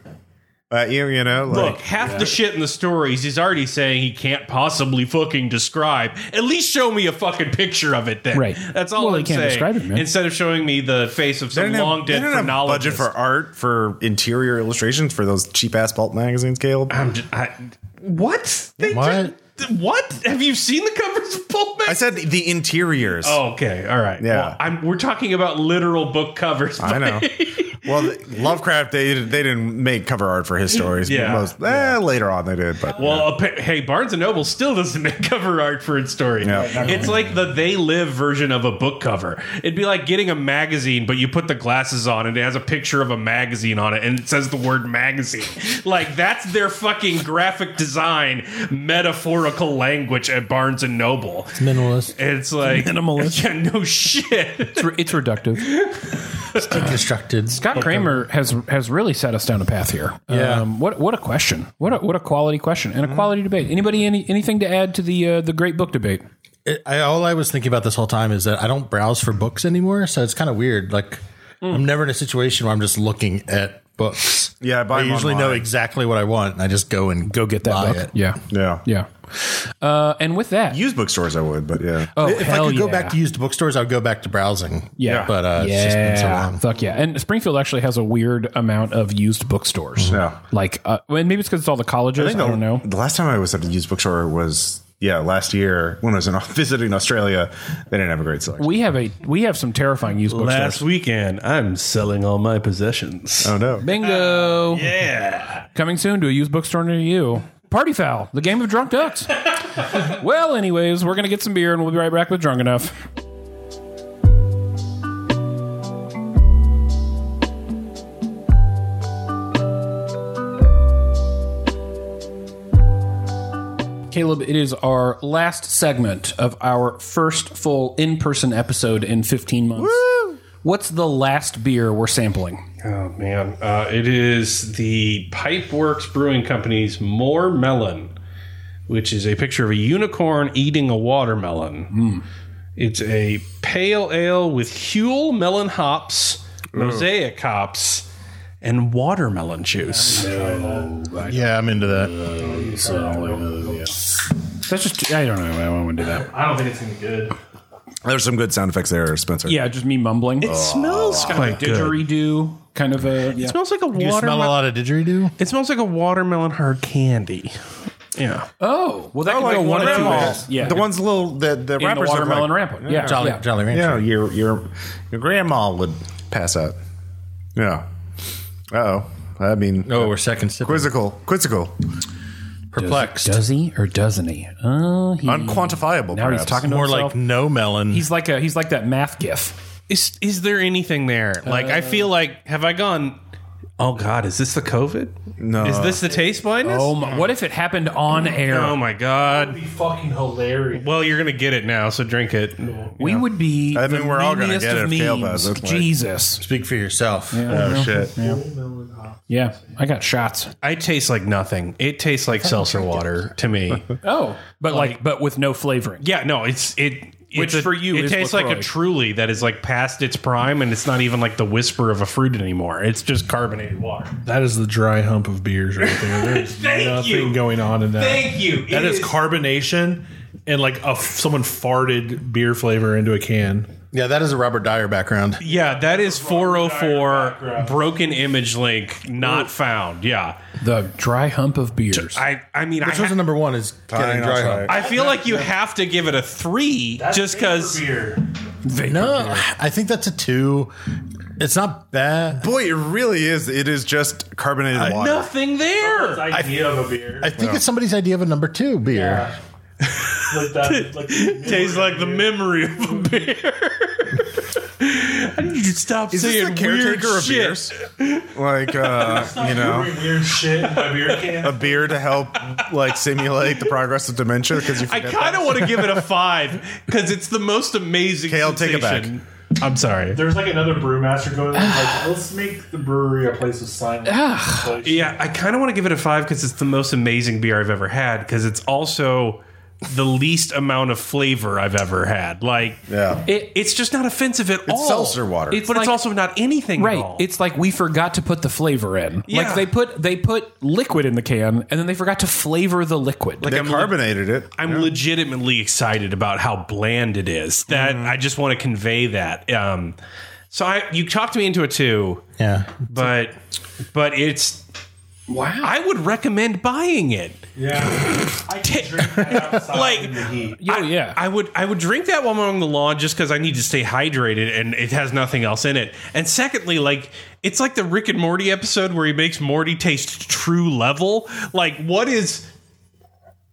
D: at you? You know, like
A: Look, half the shit in the stories he's already saying he can't possibly fucking describe. At least show me a fucking picture of it then.
C: Right.
A: That's all
C: Well,
A: I'm
C: he can't
A: saying.
C: describe it, man.
A: Instead of showing me the face of
D: they
A: some
D: didn't have-
A: long
D: they
A: dead
D: didn't have budget
A: phrenologist.
D: for art for interior illustrations for those cheap ass pulp magazines, Caleb.
A: I'm just, I, what? They
B: What?
A: just- what? Have you seen the covers of Pulp
D: I
A: Mag?
D: said the interiors.
A: Oh, okay. All right.
D: Yeah.
A: Well, I'm, we're talking about literal book covers.
D: I
A: but-
D: know. well, th- Lovecraft they they didn't make cover art for his stories.
A: Yeah.
D: most eh, later on they did, but
A: Well, appa- hey, Barnes and Noble still doesn't make cover art for its story.
D: No.
A: It's like the they live version of a book cover. It'd be like getting a magazine, but you put the glasses on and it has a picture of a magazine on it and it says the word magazine. like that's their fucking graphic design metaphorical language at Barnes and Noble.
E: Minimalist.
A: It's like
C: Minimalist.
A: Yeah, no shit.
C: It's, re- it's reductive.
B: Deconstructed.
C: Scott Kramer has has really set us down a path here.
B: uh, Yeah.
C: Um, what what a question. What a, what a quality question and a quality debate. Anybody any anything to add to the uh, the great book debate?
B: It, I, all I was thinking about this whole time is that I don't browse for books anymore, so it's kind of weird. Like I'm never in a situation where I'm just looking at books.
D: Yeah, I buy
B: I
D: them
B: usually know
D: online.
B: exactly what I want, and I just go and
C: Go get that
B: buy
C: book.
B: it.
C: Yeah.
D: yeah.
C: Yeah. Uh, and with that,
D: Used bookstores, I would, but yeah.
C: oh
B: if
C: hell
B: I could
C: yeah.
B: go back to used bookstores, I would go back to browsing.
C: Yeah.
B: but uh,
C: yeah.
B: it's just been so long.
C: Fuck yeah. And Springfield actually has a weird amount of used bookstores.
D: Yeah.
C: Like, uh, well, maybe it's because it's all the colleges. I,
D: think
C: don't
D: the-
C: know.
D: The last time I was at a used bookstore was yeah last year when I was in, visiting Australia. They didn't have a great selection.
C: We have a we have some terrifying used bookstores.
A: weekend, I'm selling all my possessions.
D: oh no.
C: Bingo.
A: Yeah.
C: Coming soon to a used bookstore near you. Party Foul, the game of drunk ducks. well, anyways, we're going to get some beer and we'll be right back with Drunk Enough. Caleb, it is our last segment of our first full in person episode in 15 months. What's the last beer we're sampling?
A: Oh man, uh, it is the Pipeworks Brewing Company's More Melon, which is a picture of a unicorn eating a watermelon. It's a pale ale with Huel melon hops, mosaic hops, and watermelon juice.
B: Yeah, I'm into that.
C: That's just, I don't know. I won't do that.
E: I don't think it's going to be good.
D: There's some good sound effects there, Spencer.
C: Yeah, just me mumbling.
A: It smells quite good.
C: didgeridoo kind of a
A: It smells like a
B: Do you smell a
A: watermelon.
B: lot of didgeridoo?
A: It smells like a watermelon hard candy. Yeah.
C: oh well that could
D: like
C: go
D: one
C: one
D: of
C: of two
D: them
C: ways yeah
D: The one's a little the the
C: in the
D: wrappers look
C: watermelon
D: like,
C: rampant yeah
B: Jolly,
C: yeah.
B: Jolly Rancher.
D: Yeah, your your your grandma would pass out. Yeah. Uh oh. I mean,
B: Oh, we're second sipping.
D: quizzical, quizzical,
B: Perplexed.
C: does he or doesn't he oh he,
D: unquantifiable.
C: now he's
D: perhaps.
C: talking to
B: More
C: himself.
B: like no melon.
C: he's like a he's like that math gif
A: is is there anything there? Like I feel like have I gone Oh God, is this the COVID?
D: No.
A: Is this the taste blindness?
C: Oh my, what if it happened on
D: Mm,
C: air?
A: Oh my God.
E: That'd be fucking hilarious.
A: Well, you're gonna get it now, so drink it.
C: we would be.
D: I mean,
C: the
D: we're all gonna
C: memeiest
D: get it
C: of
D: if Kale
C: memes.
D: does, that's like-
C: Jesus.
B: Speak for yourself.
D: oh shit.
C: Yeah, I got shots.
A: I taste like nothing. It tastes like seltzer water to me.
C: Oh, but like, but with no flavoring.
A: Yeah, no, it's it.
C: Which
A: it's a-
C: for you
A: it
C: is
A: tastes like
C: LaCroix.
A: a Truly that is like past its prime, and it's not even like the whisper of a fruit anymore. It's just carbonated water.
E: That is the dry hump of beers right there. There's
A: Thank
E: nothing
A: you.
E: going on in that.
A: you.
E: That is carbonation and like a f- someone farted beer flavor into a can.
B: Yeah, that is a Robert Dyer background.
A: yeah, that is 404 broken image link not found. Yeah,
C: The dry hump of beers.
A: I I mean I,
B: Which was
A: ha-
B: the number one is getting
D: Fine, I'll
B: dry
D: try
B: hop.
D: it.
A: I feel like you have to give it a three just because.
B: No, I think that's a two. It's not bad.
D: Boy, it really is. It is just carbonated water.
A: Nothing there.
E: idea of a beer.
B: I think it's somebody's idea of a number two beer.
E: like that, like
A: Tastes like the memory of a beer. How did you stop
D: Is this
A: saying
D: the caretaker
A: weird
D: of
A: shit?
D: beers? Like, uh, you know,
E: weird shit in my beer
D: a
E: can.
D: beer to help like simulate the progress of dementia because you
A: I
D: forget.
A: kind of want to give it a five because it's the most amazing.
D: Kale, take it
A: sensation. I'm sorry.
E: There's like another brewmaster going like, let's make the brewery a place of silence.
A: Yeah, I kind of want to give it a five because it's the most amazing beer I've ever had because it's also the least amount of flavor I've ever had. Like,
D: Yeah.
A: it, it's just not offensive at all.
D: seltzer water.
A: It's but
C: like-
A: it's also not anything. at
C: Right.
A: all.
C: It's like we forgot to put the flavor in.
A: Yeah.
C: Like they put they put liquid in the can and then they forgot to flavor the liquid.
D: They
A: I'm le-
D: carbonated it.
A: I'm legitimately excited about how bland it is. That I just want to convey that. Um, so I, you talked me into a two,
B: Yeah.
A: but but it's wow. I would recommend buying it.
E: Yeah. I can drink that outside
A: Like-
E: in the heat.
C: yeah,
A: I,
C: Oh, yeah.
A: I would I would drink that while I'm on the lawn just because I need to stay hydrated and it has nothing else in it. And secondly, like it's like the Rick and Morty episode where he makes Morty taste true level. Like what is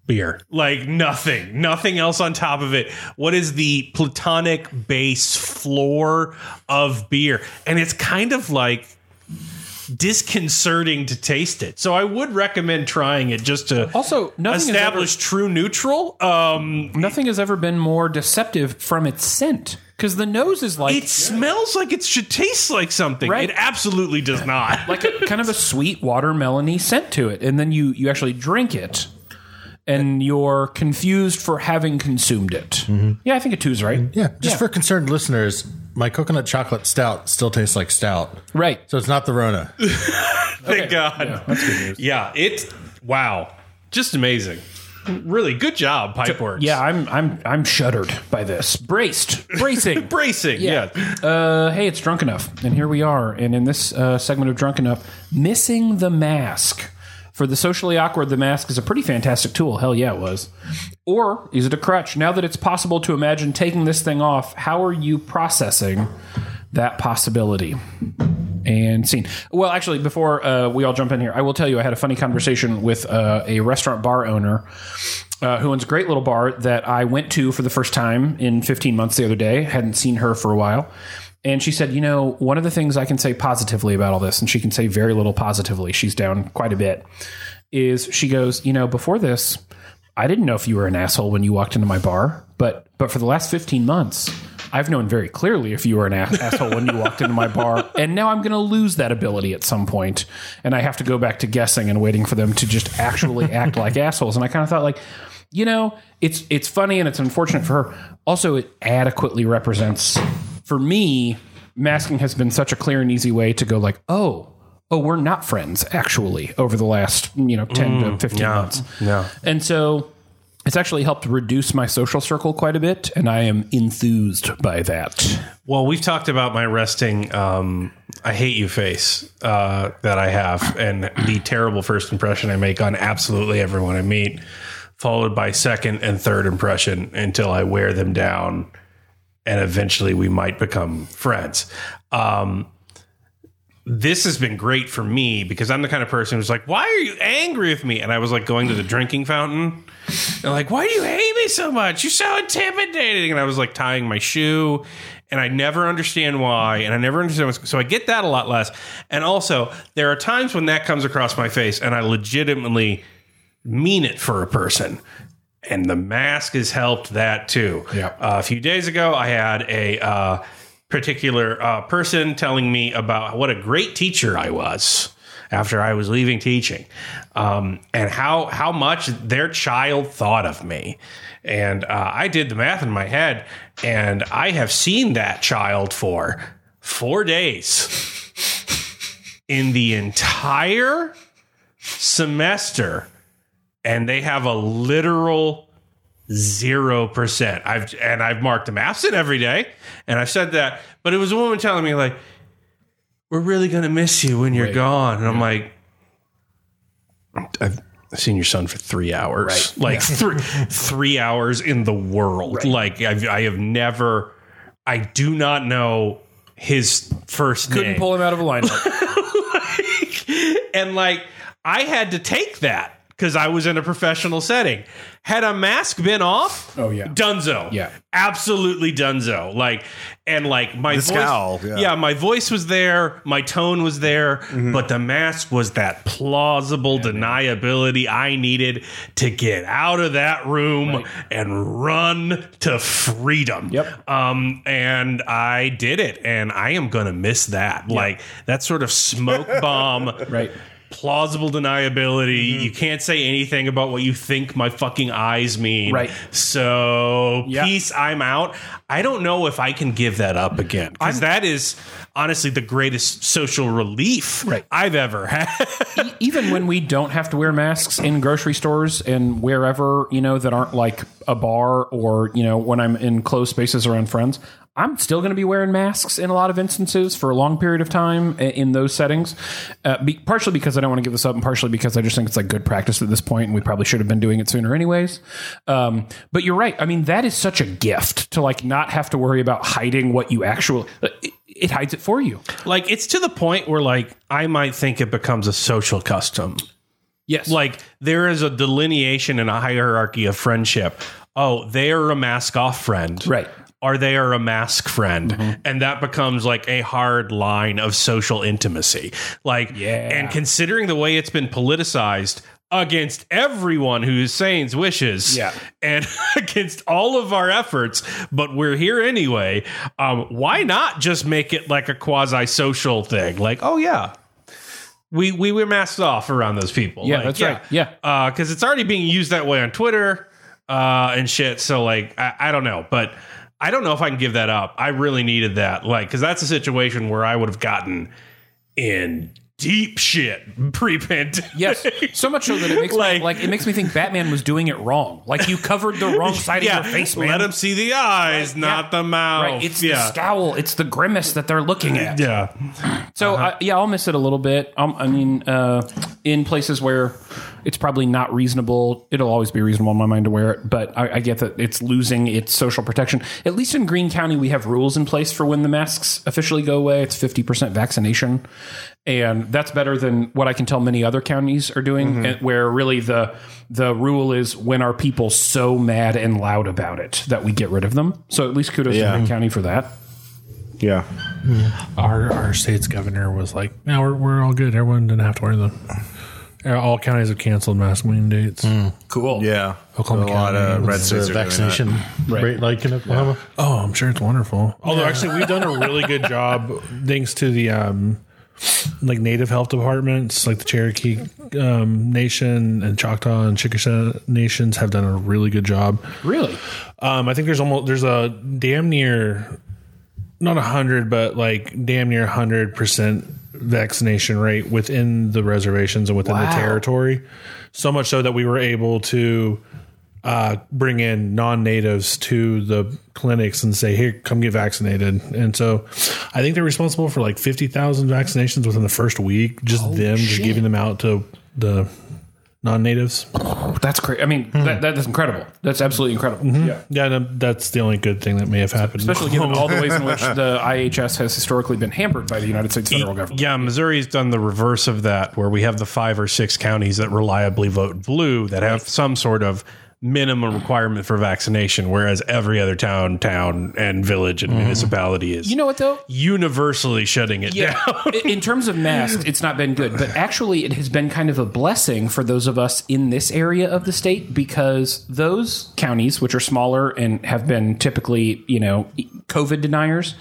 A: beer? Like nothing, nothing else on top of it. What is the platonic base floor of beer? And it's kind of like disconcerting to taste it. So I would recommend trying it just to
C: Also, nothing has ever-
A: establish true neutral. Um
C: Nothing has ever been more deceptive from its scent because the nose is like
A: It smells like it should taste like something.
C: Right.
A: It absolutely does not.
C: like a, kind of a sweet watermelony scent to it, and then you you actually drink it. And you're confused for having consumed it. Yeah, I think a two's right.
B: Yeah. Just
C: Yeah.
B: for concerned listeners, my coconut chocolate stout still tastes like stout.
C: Right.
B: So it's not the Rona.
A: Thank God. Yeah, it. Wow, just amazing. Really good job, Pipeworks.
C: Yeah, I'm I'm I'm shuddered by this. Braced. Bracing.
A: bracing.
C: Yeah.
A: Yeah.
C: Uh, hey, it's Drunk Enough. And here we are. And in this uh, segment of Drunk Enough, missing the mask. For the socially awkward, the mask is a pretty fantastic tool. Hell yeah, it was. Or is it a crutch? Now that it's possible to imagine taking this thing off, how are you processing that possibility? and scene. Well, actually, before uh, we all jump in here, I will tell you I had a funny conversation with uh, a restaurant bar owner uh, who owns a great little bar that I went to for the first time in 15 months the other day. Hadn't seen her for a while. And she said, You know, one of the things I can say positively about all this, and she can say very little positively, she's down quite a bit, is she goes, You know, before this, I didn't know if you were an asshole when you walked into my bar, but but for the last 15 months, I've known very clearly if you were an a- asshole when you walked into my bar, and now I'm going to lose that ability at some point, and I have to go back to guessing and waiting for them to just actually act like assholes. And I kind of thought like, you know, it's it's funny and it's unfortunate for her. Also, it adequately represents for me. Masking has been such a clear and easy way to go like, oh, oh, we're not friends actually over the last you know 10 to 15 months.
A: Mm, yeah.
C: And so it's actually helped reduce my social circle quite a bit, and I am enthused by that.
A: Well, we've talked about my resting um, "I hate you" face uh, that I have, and the terrible first impression I make on absolutely everyone I meet, followed by second and third impression until I wear them down, and eventually we might become friends. Um, this has been great for me because I'm the kind of person who's like, "Why are you angry with me?" And I was like going to the drinking fountain. They're like, why do you hate me so much? You're so intimidating. And I was like tying my shoe and I never understand why, and I never understand what's so I get that a lot less. And also, there are times when that comes across my face, and I legitimately mean it for a person. And the mask has helped that too.
E: Yeah.
A: Uh, a few days ago, I had a uh, particular uh, person telling me about what a great teacher I was after I was leaving teaching, um, and how how much their child thought of me. And uh, I did the math in my head, and I have seen that child for four days in the entire semester and they have a literal zero percent. I've and I've marked them absent every day, and I've said that. But it was a woman telling me like, "We're really gonna miss you when you're gone," and I'm like, "I've." seen your son for three hours, like three three hours in the world. Like I've, I have never, I do not know his first
C: Couldn't
A: name
C: pull him out of a lineup.
A: and like I had to take that because I was in a professional setting. Had a mask been off,
C: Oh, yeah.
A: Dunzo,
C: Yeah.
A: absolutely Dunzo. Like and like my voice,
D: scowl, yeah.
A: my voice was there, my tone was there, but the mask was that plausible deniability I needed to get out of that room and run to freedom.
C: Yep.
A: Um, and I did it, and I am gonna miss that. Like that sort of smoke bomb
C: right.
A: plausible deniability. You can't say anything about what you think my fucking eyes mean.
C: Right.
A: So
C: Yeah.
A: peace, I'm out. I don't know if I can give that up again because that is honestly the greatest social relief
C: Right.
A: I've ever had.
C: Even when we don't have to wear masks in grocery stores and wherever, you know, that aren't like a bar or, you know, when I'm in closed spaces around friends, I'm still going to be wearing masks in a lot of instances for a long period of time i- in those settings. Uh, be, partially because I don't want to give this up and partially because I just think it's like good practice at this point and we probably should have been doing it sooner anyways. Um, but you're right. I mean, that is such a gift to like not have to worry about hiding what you actually, it, it hides it for you.
A: like it's to the point where like I might think it becomes a social custom.
C: Yes.
A: Like there is a delineation and a hierarchy of friendship. Oh, they are a mask off friend.
C: Right. Mm-hmm.
A: Or they are a mask friend. And that becomes like a hard line of social intimacy. Like
C: Yeah.
A: and considering the way it's been politicized against everyone who is saying's wishes
C: Yeah.
A: and against all of our efforts, but we're here anyway. Um, why not just make it like a quasi social thing? Like, oh yeah, we we were masked off around those people.
C: Yeah,
A: Like,
C: that's right. Yeah.
A: because it's already being used that way on Twitter uh, and shit. So like, I, I don't know, but I don't know if I can give that up. I really needed that, like, because that's a situation where I would have gotten in deep shit pre-pandemic.
C: Yes, so much so that it makes
A: Like-
C: me like it makes me think Batman was doing it wrong. Like you covered the wrong side
A: Yeah,
C: of your face, man.
A: let them see the eyes, not
C: yeah.
A: the mouth.
C: Right, it's
A: yeah.
C: the scowl, it's the grimace that they're looking at.
A: Yeah.
C: So I, yeah, I'll miss it a little bit. Um, I mean, uh, in places where it's probably not reasonable, it'll always be reasonable in my mind to wear it. But I, I get that it's losing its social protection. At least in Greene County, we have rules in place for when the masks officially go away. It's fifty percent vaccination, and that's better than what I can tell many other counties are doing, and where really the the rule is when are people so mad and loud about it that we get rid of them. So at least kudos
D: Yeah.
C: to Greene County for that.
D: Yeah.
E: Our our state's governor was like, "No, we're we're all good. Everyone didn't have to wear them. Uh, All counties have canceled mask mandates."
B: Mm.
C: Cool.
D: Yeah.
E: Oklahoma
D: a lot
E: County
D: of red
B: It's
D: states
B: a
D: are vaccination.
B: vaccination rate like in Oklahoma.
E: Oh, I'm sure it's wonderful. Although, actually, we've done a really good job thanks to the um, like native health departments, like the Cherokee um, Nation and Choctaw and Chickasha nations have done a really good job.
C: Really?
E: Um, I think there's almost there's a damn near not a hundred, but like damn near hundred percent vaccination rate within the reservations and within the
C: Wow.
E: territory. So much so that we were able to uh, bring in non-natives to the clinics and say, "Here, come get vaccinated." And so, I think they're responsible for like fifty thousand vaccinations within the first week. Just them, just giving them out to the non-natives.
C: That's crazy. I mean, that, that is incredible. That's absolutely incredible. Yeah.
E: Yeah, no, that's the only good thing that may have happened.
C: Especially given all the ways in which the IHS has historically been hampered by the United States federal government.
A: Yeah, Missouri's done the reverse of that, where we have the five or six counties that reliably vote blue that have some sort of minimum requirement for vaccination, whereas every other town, town, and village
D: Mm-hmm.
A: and municipality is
C: You know what though?
A: universally shutting it down.
C: I- in terms of masks, it's not been good, but actually, it has been kind of a blessing for those of us in this area of the state because those counties, which are smaller and have been typically, you know, COVID deniers,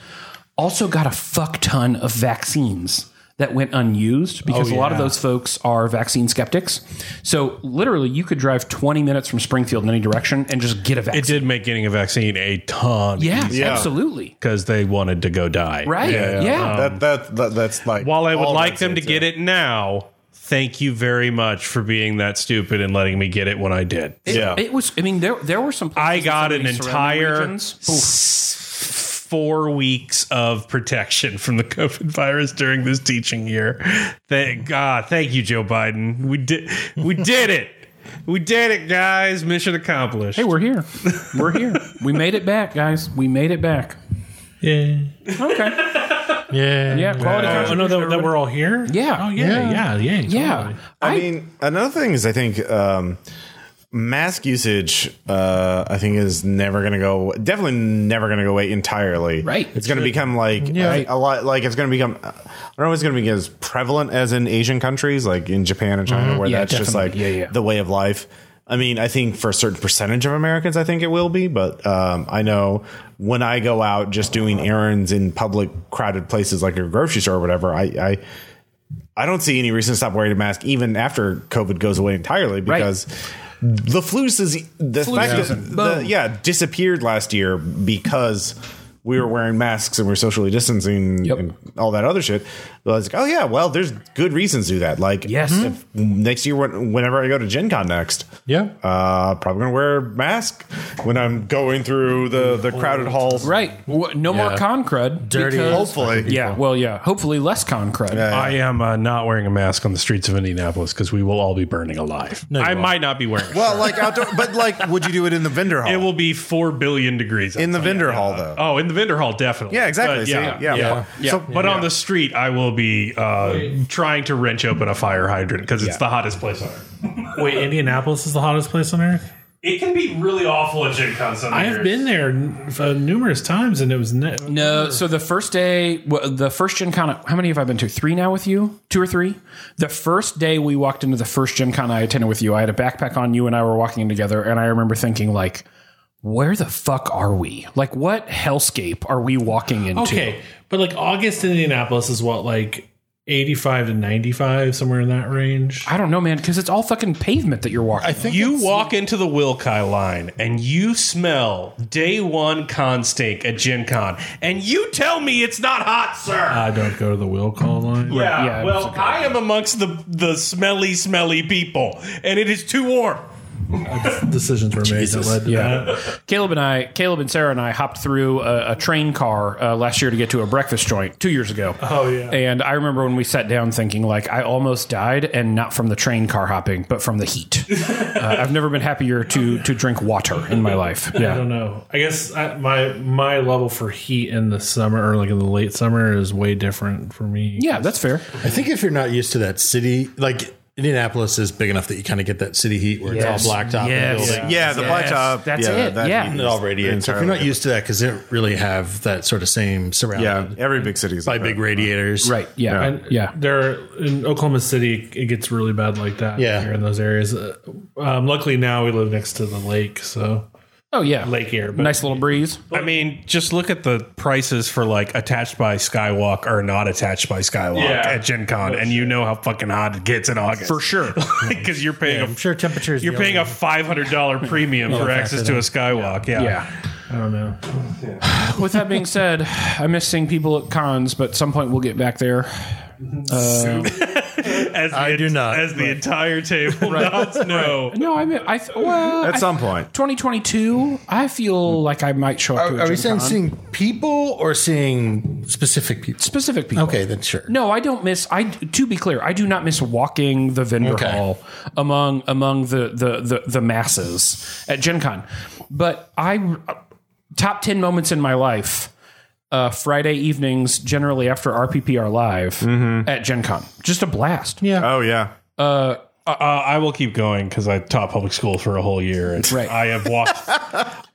C: also got a fuck ton of vaccines that went unused because
A: Oh,
C: a lot of those folks are vaccine skeptics. So literally, you could drive 20 minutes from Springfield in any direction and just get a vaccine.
A: It did make getting a vaccine a ton.
C: Yeah, absolutely.
A: Because they wanted to go die.
C: Right.
A: Yeah.
C: Yeah.
D: that, that that that's like
A: While I would
D: all
A: like
D: that's
A: them to
D: it,
A: get
D: yeah.
A: it now, thank you very much for being that stupid and letting me get it when I did.
C: It,
D: Yeah.
C: it was. I mean, there there were some. places
A: I
C: in
A: got
C: some of
A: an
C: these surrounding
A: entire
C: regions-
A: s- four weeks of protection from the COVID virus during this teaching year. Thank God. Thank you, Joe Biden. We did. We did it. We did it, guys. Mission accomplished.
C: Hey, we're here. We're here. we made it back, guys. We made it back.
E: Yeah.
C: Okay.
B: Yeah.
C: Yeah. Quality.
E: Oh, no, that, that we're all here?
C: Yeah.
E: Oh, yeah. Yeah. Yeah.
C: yeah.
D: I mean, another thing is, I think um, mask usage. Uh, I think is never going to go. Definitely never going to go away entirely.
C: Right.
D: It's going to become like I think a lot. Like it's going to become. I don't know. It's going to be as prevalent as in Asian countries, like in Japan and China, where
C: Mm-hmm. Yeah,
D: that's just like
C: definitely. Yeah, yeah.
D: the way of life. I mean, I think for a certain percentage of Americans, I think it will be. But um, I know when I go out just doing errands in public, crowded places like a grocery store or whatever, I, I I don't see any reason to stop wearing a mask even after COVID goes away entirely because the flu season, the fact that
C: season.
D: the,
C: Boom.
D: yeah disappeared last year because we were wearing masks and we are socially distancing
C: Yep.
D: and all that other shit. Well, I was like, oh yeah, well, there's good reasons to do that. Like,
C: Yes.
D: if next year when- whenever I go to Gen Con next,
B: Yeah.
D: uh, probably gonna wear a mask when I'm going through the the crowded halls.
C: Right. Wha- No more con crud.
B: Dirty
C: because-
B: old
D: Hopefully,
C: Yeah. Well, yeah. Hopefully less con crud.
A: I am uh, not wearing a mask on the streets of Indianapolis because we will all be burning alive. I might not be wearing. it.
D: Well, like outdoor, but like, would you do it in the vendor hall?
A: it will be four billion degrees
D: in the
A: outside.
D: vendor hall though.
A: Oh, in the vendor hall, definitely.
C: Uh,
D: Yeah, exactly.
A: But
D: See?
A: yeah,
D: yeah,
A: yeah.
D: yeah. So,
A: But on the street, I will be uh, trying to wrench open a fire hydrant because it's the hottest place on earth.
E: Wait, Indianapolis is the hottest place on earth?
A: It can be really awful at Gen Con some
E: I've
A: years.
E: been there n- uh, numerous times and it was. Ne-
C: No, so the first day, well, the first Gen Con, how many have I been to? Three now with you? Two or three? The first day we walked into the first Gen Con I attended with you, I had a backpack on, you and I were walking in together, and I remember thinking, like, where the fuck are we? Like, what hellscape are we walking into?
E: Okay. But like August in Indianapolis is what, like 85 to 95, somewhere in that range?
C: I don't know, man, because it's all fucking pavement that you're walking.
B: I
C: on.
B: think
A: You
B: it's-
A: walk into the Wilki line and you smell day one con stink at Gen Con, and you tell me it's not hot, sir.
E: I don't go to the will call line.
A: Uh, yeah,
C: yeah,
A: well,
C: it's okay.
A: I am amongst the, the smelly, smelly people, and it is too warm.
E: Decisions were made that led to that.
C: Caleb and I, Caleb and Sarah and I hopped through a, a train car uh, last year to get to a breakfast joint two years ago.
B: Uh-huh.
E: Oh, yeah.
C: And I remember when we sat down thinking, like, I almost died, and not from the train car hopping, but from the heat. uh, I've never been happier to to drink water in my life.
E: I
C: Yeah.
E: don't know. I guess I, my my level for heat in the summer or like in the late summer is way different for me.
C: Yeah, that's fair.
B: I think if you're not used to that city, like Indianapolis is big enough that you kind of get that city heat where
C: Yes.
B: it's all blacktop
C: Yes.
B: and buildings.
D: Yeah, the blacktop.
C: that's
D: yeah,
C: it, yeah.
D: means
B: And it all radiates. So if you're
D: entirely
B: not used to that, because they don't really have that sort of same
D: Yeah,
B: surrounding
D: every big city is
B: by
D: like
B: big
D: that.
B: radiators.
C: Right. Yeah.
E: And
C: yeah.
E: there in Oklahoma City, it gets really bad like that.
B: Yeah.
E: here in those areas. Uh, Um, luckily, now we live next to the lake, so
C: Oh yeah.
E: lake air. But
C: Nice little breeze.
A: I mean, just look at the prices for like attached by Skywalk or not attached by Skywalk
E: Yeah.
A: at Gen Con, and you know how fucking hot it gets in August for
C: sure.
A: Because you're paying, a,
F: I'm sure temperatures.
A: you're paying a five hundred dollar premium for access to a Skywalk. Yeah.
C: Yeah.
E: I don't know.
C: With that being said, I miss seeing people at cons, but some point we'll get back there.
A: As the,
B: I do not,
A: As the entire table nods no.
C: No, I mean, I th- well,
D: At
C: I-
D: some point.
C: 2022, I feel like I might show up. to
B: Are,
C: a
B: are we
C: Gen
B: saying
C: Con.
B: seeing people or seeing specific people?
C: specific people?
B: Okay, then sure.
C: No, I don't miss. I to be clear, I do not miss walking the vendor
B: Okay.
C: hall among among the the the, the masses at Gen Con. But I top ten moments in my life. Uh, Friday evenings, generally after RPPR live at Gen Con, just a blast.
D: Oh yeah,
A: Uh, I will keep going because I taught public school for a whole year. And
C: Right.
A: I have walked.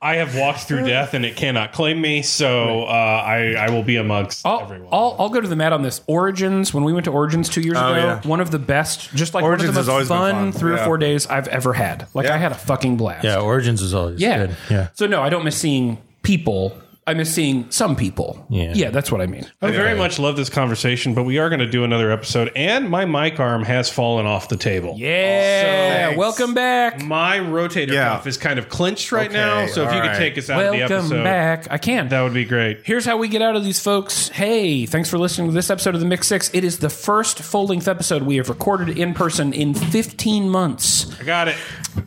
A: I have walked through death, and it cannot claim me. So uh, I, I will be amongst
C: I'll,
A: everyone.
C: I'll, I'll go to the mat on this. Origins, when we went to Origins two years ago,
D: Oh, yeah.
C: one of the best, just like
D: Origins
C: one of
D: has
C: the most
D: always been
C: fun,
D: fun.
C: three or
D: Yeah.
C: four days I've ever had. Like
D: Yeah.
C: I had a fucking blast.
B: Yeah, Origins is always
C: Yeah.
B: good. Yeah.
C: So no, I don't miss seeing people. I miss seeing some people.
B: Yeah.
C: Yeah, that's what I mean.
A: I very much love this conversation, but we are going to do another episode. And my mic arm has fallen off the table.
C: Yeah.
D: thanks.
C: Welcome back.
A: My rotator
D: Yeah.
A: cuff is kind of clenched right
D: Okay,
A: now. So if you
D: all
A: could
D: right.
A: take us out of the
C: Welcome
A: episode,
C: back. I can.
A: that would be great.
C: Here's how we get out of these folks. Hey, thanks for listening to this episode of The Mix Six. It is the first full length episode we have recorded in person in 15 months.
A: I got it.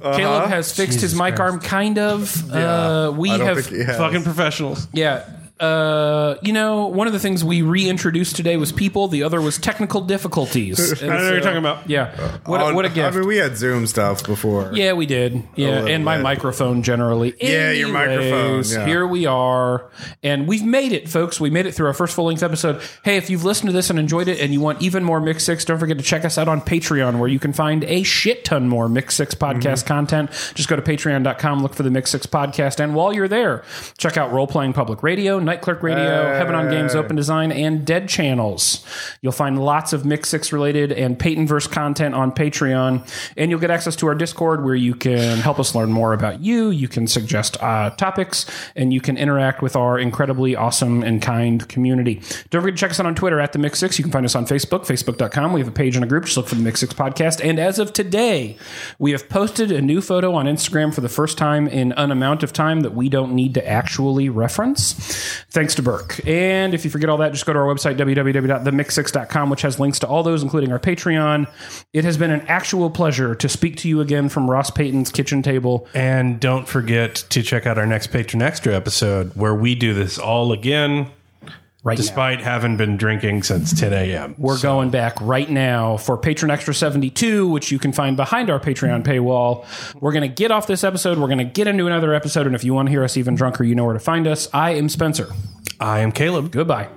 C: Caleb has fixed his mic arm, kind of. uh, we
D: Uh-huh. I don't
C: have,
D: think he has.
A: Fucking professionals.
C: yeah. Uh, you know, one of the things we reintroduced today was people. The other was technical difficulties.
A: I don't know what you're talking about.
C: Yeah. What, a-
D: On-
C: what a gift.
D: I mean, we had Zoom stuff before.
C: yeah, we did. Yeah,
D: little
C: and my
D: bit.
C: microphone generally.
D: Yeah, your microphone,
C: Anyways,
D: yeah.
C: Here we are, and we've made it, folks. We made it through our first full length episode. Hey, if you've listened to this and enjoyed it, and you want even more Mix Six, don't forget to check us out on Patreon, where you can find a shit ton more Mix Six
D: Mm-hmm.
C: podcast content. Just go to patreon.com, look for the Mix Six podcast, and while you're there, check out Role Playing Public Radio, Night Clerk Radio,
D: Uh,
C: Heaven on Games, Open Design, and Dead Channels. You'll find lots of Mix Six related and Peytonverse content on Patreon, and you'll get access to our Discord where you can help us learn more about you. You can suggest uh, topics, and you can interact with our incredibly awesome and kind community. Don't forget to check us out on Twitter at the Mix Six. You can find us on Facebook, facebook.com. We have a page and a group. Just look for the Mix Six podcast. And as of today, we have posted a new photo on Instagram for the first time in an amount of time that we don't need to actually reference. Thanks to Burke. And if you forget all that, just go to our website, www.themix6.com, which has links to all those, including our Patreon. It has been an actual pleasure to speak to you again from Ross Payton's kitchen table.
A: And don't forget to check out our next Patron Extra episode where we do this all again,
C: Right now.
A: despite having been drinking since 10 a.m.
C: We're going back right now for Patron Extra 72, which you can find behind our Patreon paywall. We're going to get off this episode. We're going to get into another episode. And if you want to hear us even drunker, you know where to find us. I am Spencer.
A: I am Caleb.
C: Goodbye.